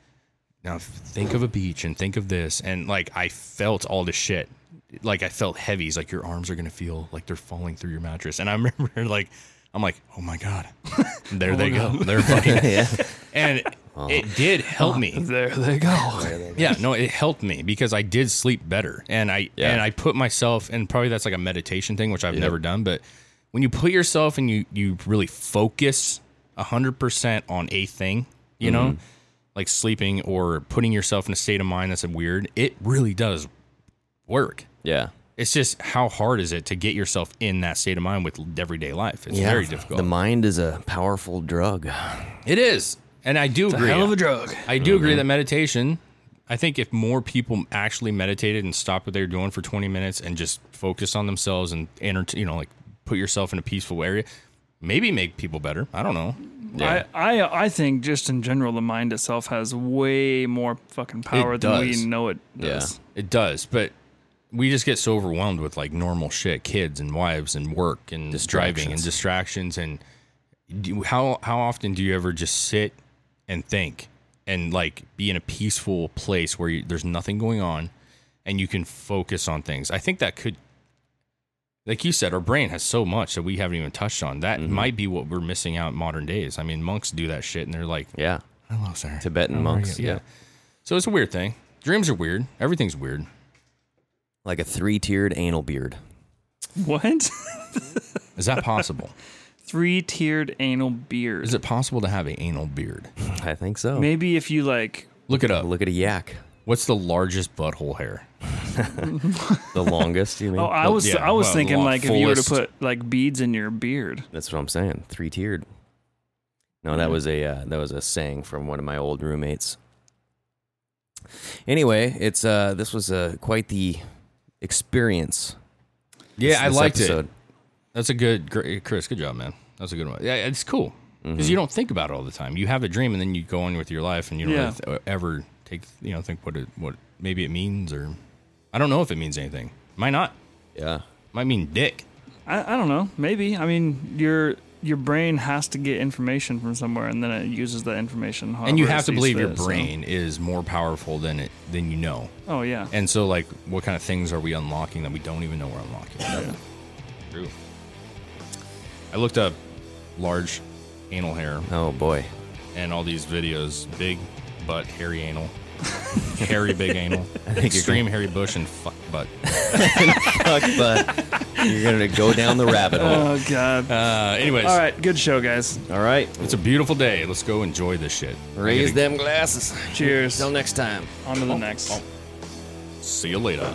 [SPEAKER 2] now f- think of a beach and think of this and like I felt all this shit. Like I felt heavy. He's like your arms are gonna feel like they're falling through your mattress. And I remember like I'm like, oh my god, there they go. They're fucking. And it did help me.
[SPEAKER 3] There they go.
[SPEAKER 2] Yeah, no, it helped me because I did sleep better, and I
[SPEAKER 5] Yeah.
[SPEAKER 2] and I put myself and probably that's like a meditation thing, which I've never done. But when you put yourself and you you really focus hundred percent on a thing, you know,
[SPEAKER 5] Mm-hmm.
[SPEAKER 2] like sleeping or putting yourself in a state of mind that's weird, it really does work.
[SPEAKER 5] Yeah.
[SPEAKER 2] It's just how hard is it to get yourself in that state of mind with everyday life? It's
[SPEAKER 5] Yeah.
[SPEAKER 2] very difficult.
[SPEAKER 5] The mind is a powerful drug.
[SPEAKER 2] it is, and I do agree.
[SPEAKER 3] Hell of a drug.
[SPEAKER 2] I do agree that meditation. I think if more people actually meditated and stopped what they were doing for 20 minutes and just focused on themselves and enter, you know, like put yourself in a peaceful area, maybe make people better. I don't know.
[SPEAKER 3] I, I I think just in general the mind itself has way more fucking power than we
[SPEAKER 2] does.
[SPEAKER 3] know it does.
[SPEAKER 2] It does, but we just get so overwhelmed with like normal shit, kids and wives and work and driving and
[SPEAKER 5] Distractions.
[SPEAKER 2] distractions. And do, how how often do you ever just sit and think and like be in a peaceful place where you, there's nothing going on and you can focus on things? I think that could. Like you said, our brain has so much that we haven't even touched on. That might be what we're missing out in modern days. I mean, monks do that shit, and they're like,
[SPEAKER 5] Yeah.
[SPEAKER 2] "Hello, sir."
[SPEAKER 5] Tibetan monks. Yeah.
[SPEAKER 2] So it's a weird thing. Dreams are weird. Everything's weird.
[SPEAKER 5] Like a three tiered anal beard.
[SPEAKER 3] What?
[SPEAKER 2] Is that possible?
[SPEAKER 3] Three tiered anal beard.
[SPEAKER 2] Is it oh. possible to have an anal beard?
[SPEAKER 5] I think so.
[SPEAKER 3] Maybe if you like oh,
[SPEAKER 2] Look it up.
[SPEAKER 5] Look at a yak.
[SPEAKER 2] What's the largest butthole hair?
[SPEAKER 5] The longest, you mean?
[SPEAKER 3] Oh, I
[SPEAKER 2] Well,
[SPEAKER 3] was
[SPEAKER 2] yeah,
[SPEAKER 3] I was
[SPEAKER 2] well,
[SPEAKER 3] thinking
[SPEAKER 2] lot
[SPEAKER 3] like if you were to
[SPEAKER 2] fullest.
[SPEAKER 3] put like beads in your beard.
[SPEAKER 5] That's what I'm saying. Three tiered. No, that was a uh, that was a saying from one of my old roommates. Anyway, it's uh, this was uh, quite the experience.
[SPEAKER 2] Yeah,
[SPEAKER 5] this-
[SPEAKER 2] I
[SPEAKER 5] this
[SPEAKER 2] liked
[SPEAKER 5] episode.
[SPEAKER 2] it. That's a good, great, Chris. Good job, man. That's a good one. Yeah, it's cool because you don't think about it all the time. You have a dream and then you go on with your life and you don't
[SPEAKER 3] Yeah.
[SPEAKER 2] really th- ever take, you know, think what it, what maybe it means or I don't know if it means anything. Might not.
[SPEAKER 5] Yeah,
[SPEAKER 2] Might mean dick.
[SPEAKER 3] I, I don't know. Maybe I mean your your brain has to get information from somewhere, and then it uses that information.
[SPEAKER 2] and you
[SPEAKER 3] however it
[SPEAKER 2] have to
[SPEAKER 3] sees
[SPEAKER 2] believe your
[SPEAKER 3] fit, so-
[SPEAKER 2] brain is more powerful than it than you know.
[SPEAKER 3] Oh yeah.
[SPEAKER 2] And so, like, what kind of things are we unlocking that we don't even know we're unlocking? True. I looked up large anal hair
[SPEAKER 5] Oh boy.
[SPEAKER 2] and all these videos: big butt, hairy anal, hairy big anal,
[SPEAKER 5] think you're
[SPEAKER 2] extreme hairy bush, and fuck butt.
[SPEAKER 5] Fuck, but you're gonna go down the rabbit hole.
[SPEAKER 3] oh god.
[SPEAKER 2] Uh, anyways,
[SPEAKER 3] All right. Good show, guys.
[SPEAKER 5] All right,
[SPEAKER 2] it's a beautiful day. Let's go enjoy this shit.
[SPEAKER 5] raise
[SPEAKER 2] I gotta-
[SPEAKER 5] them glasses.
[SPEAKER 3] Cheers.
[SPEAKER 5] Till next time.
[SPEAKER 3] On to the next.
[SPEAKER 2] See you later.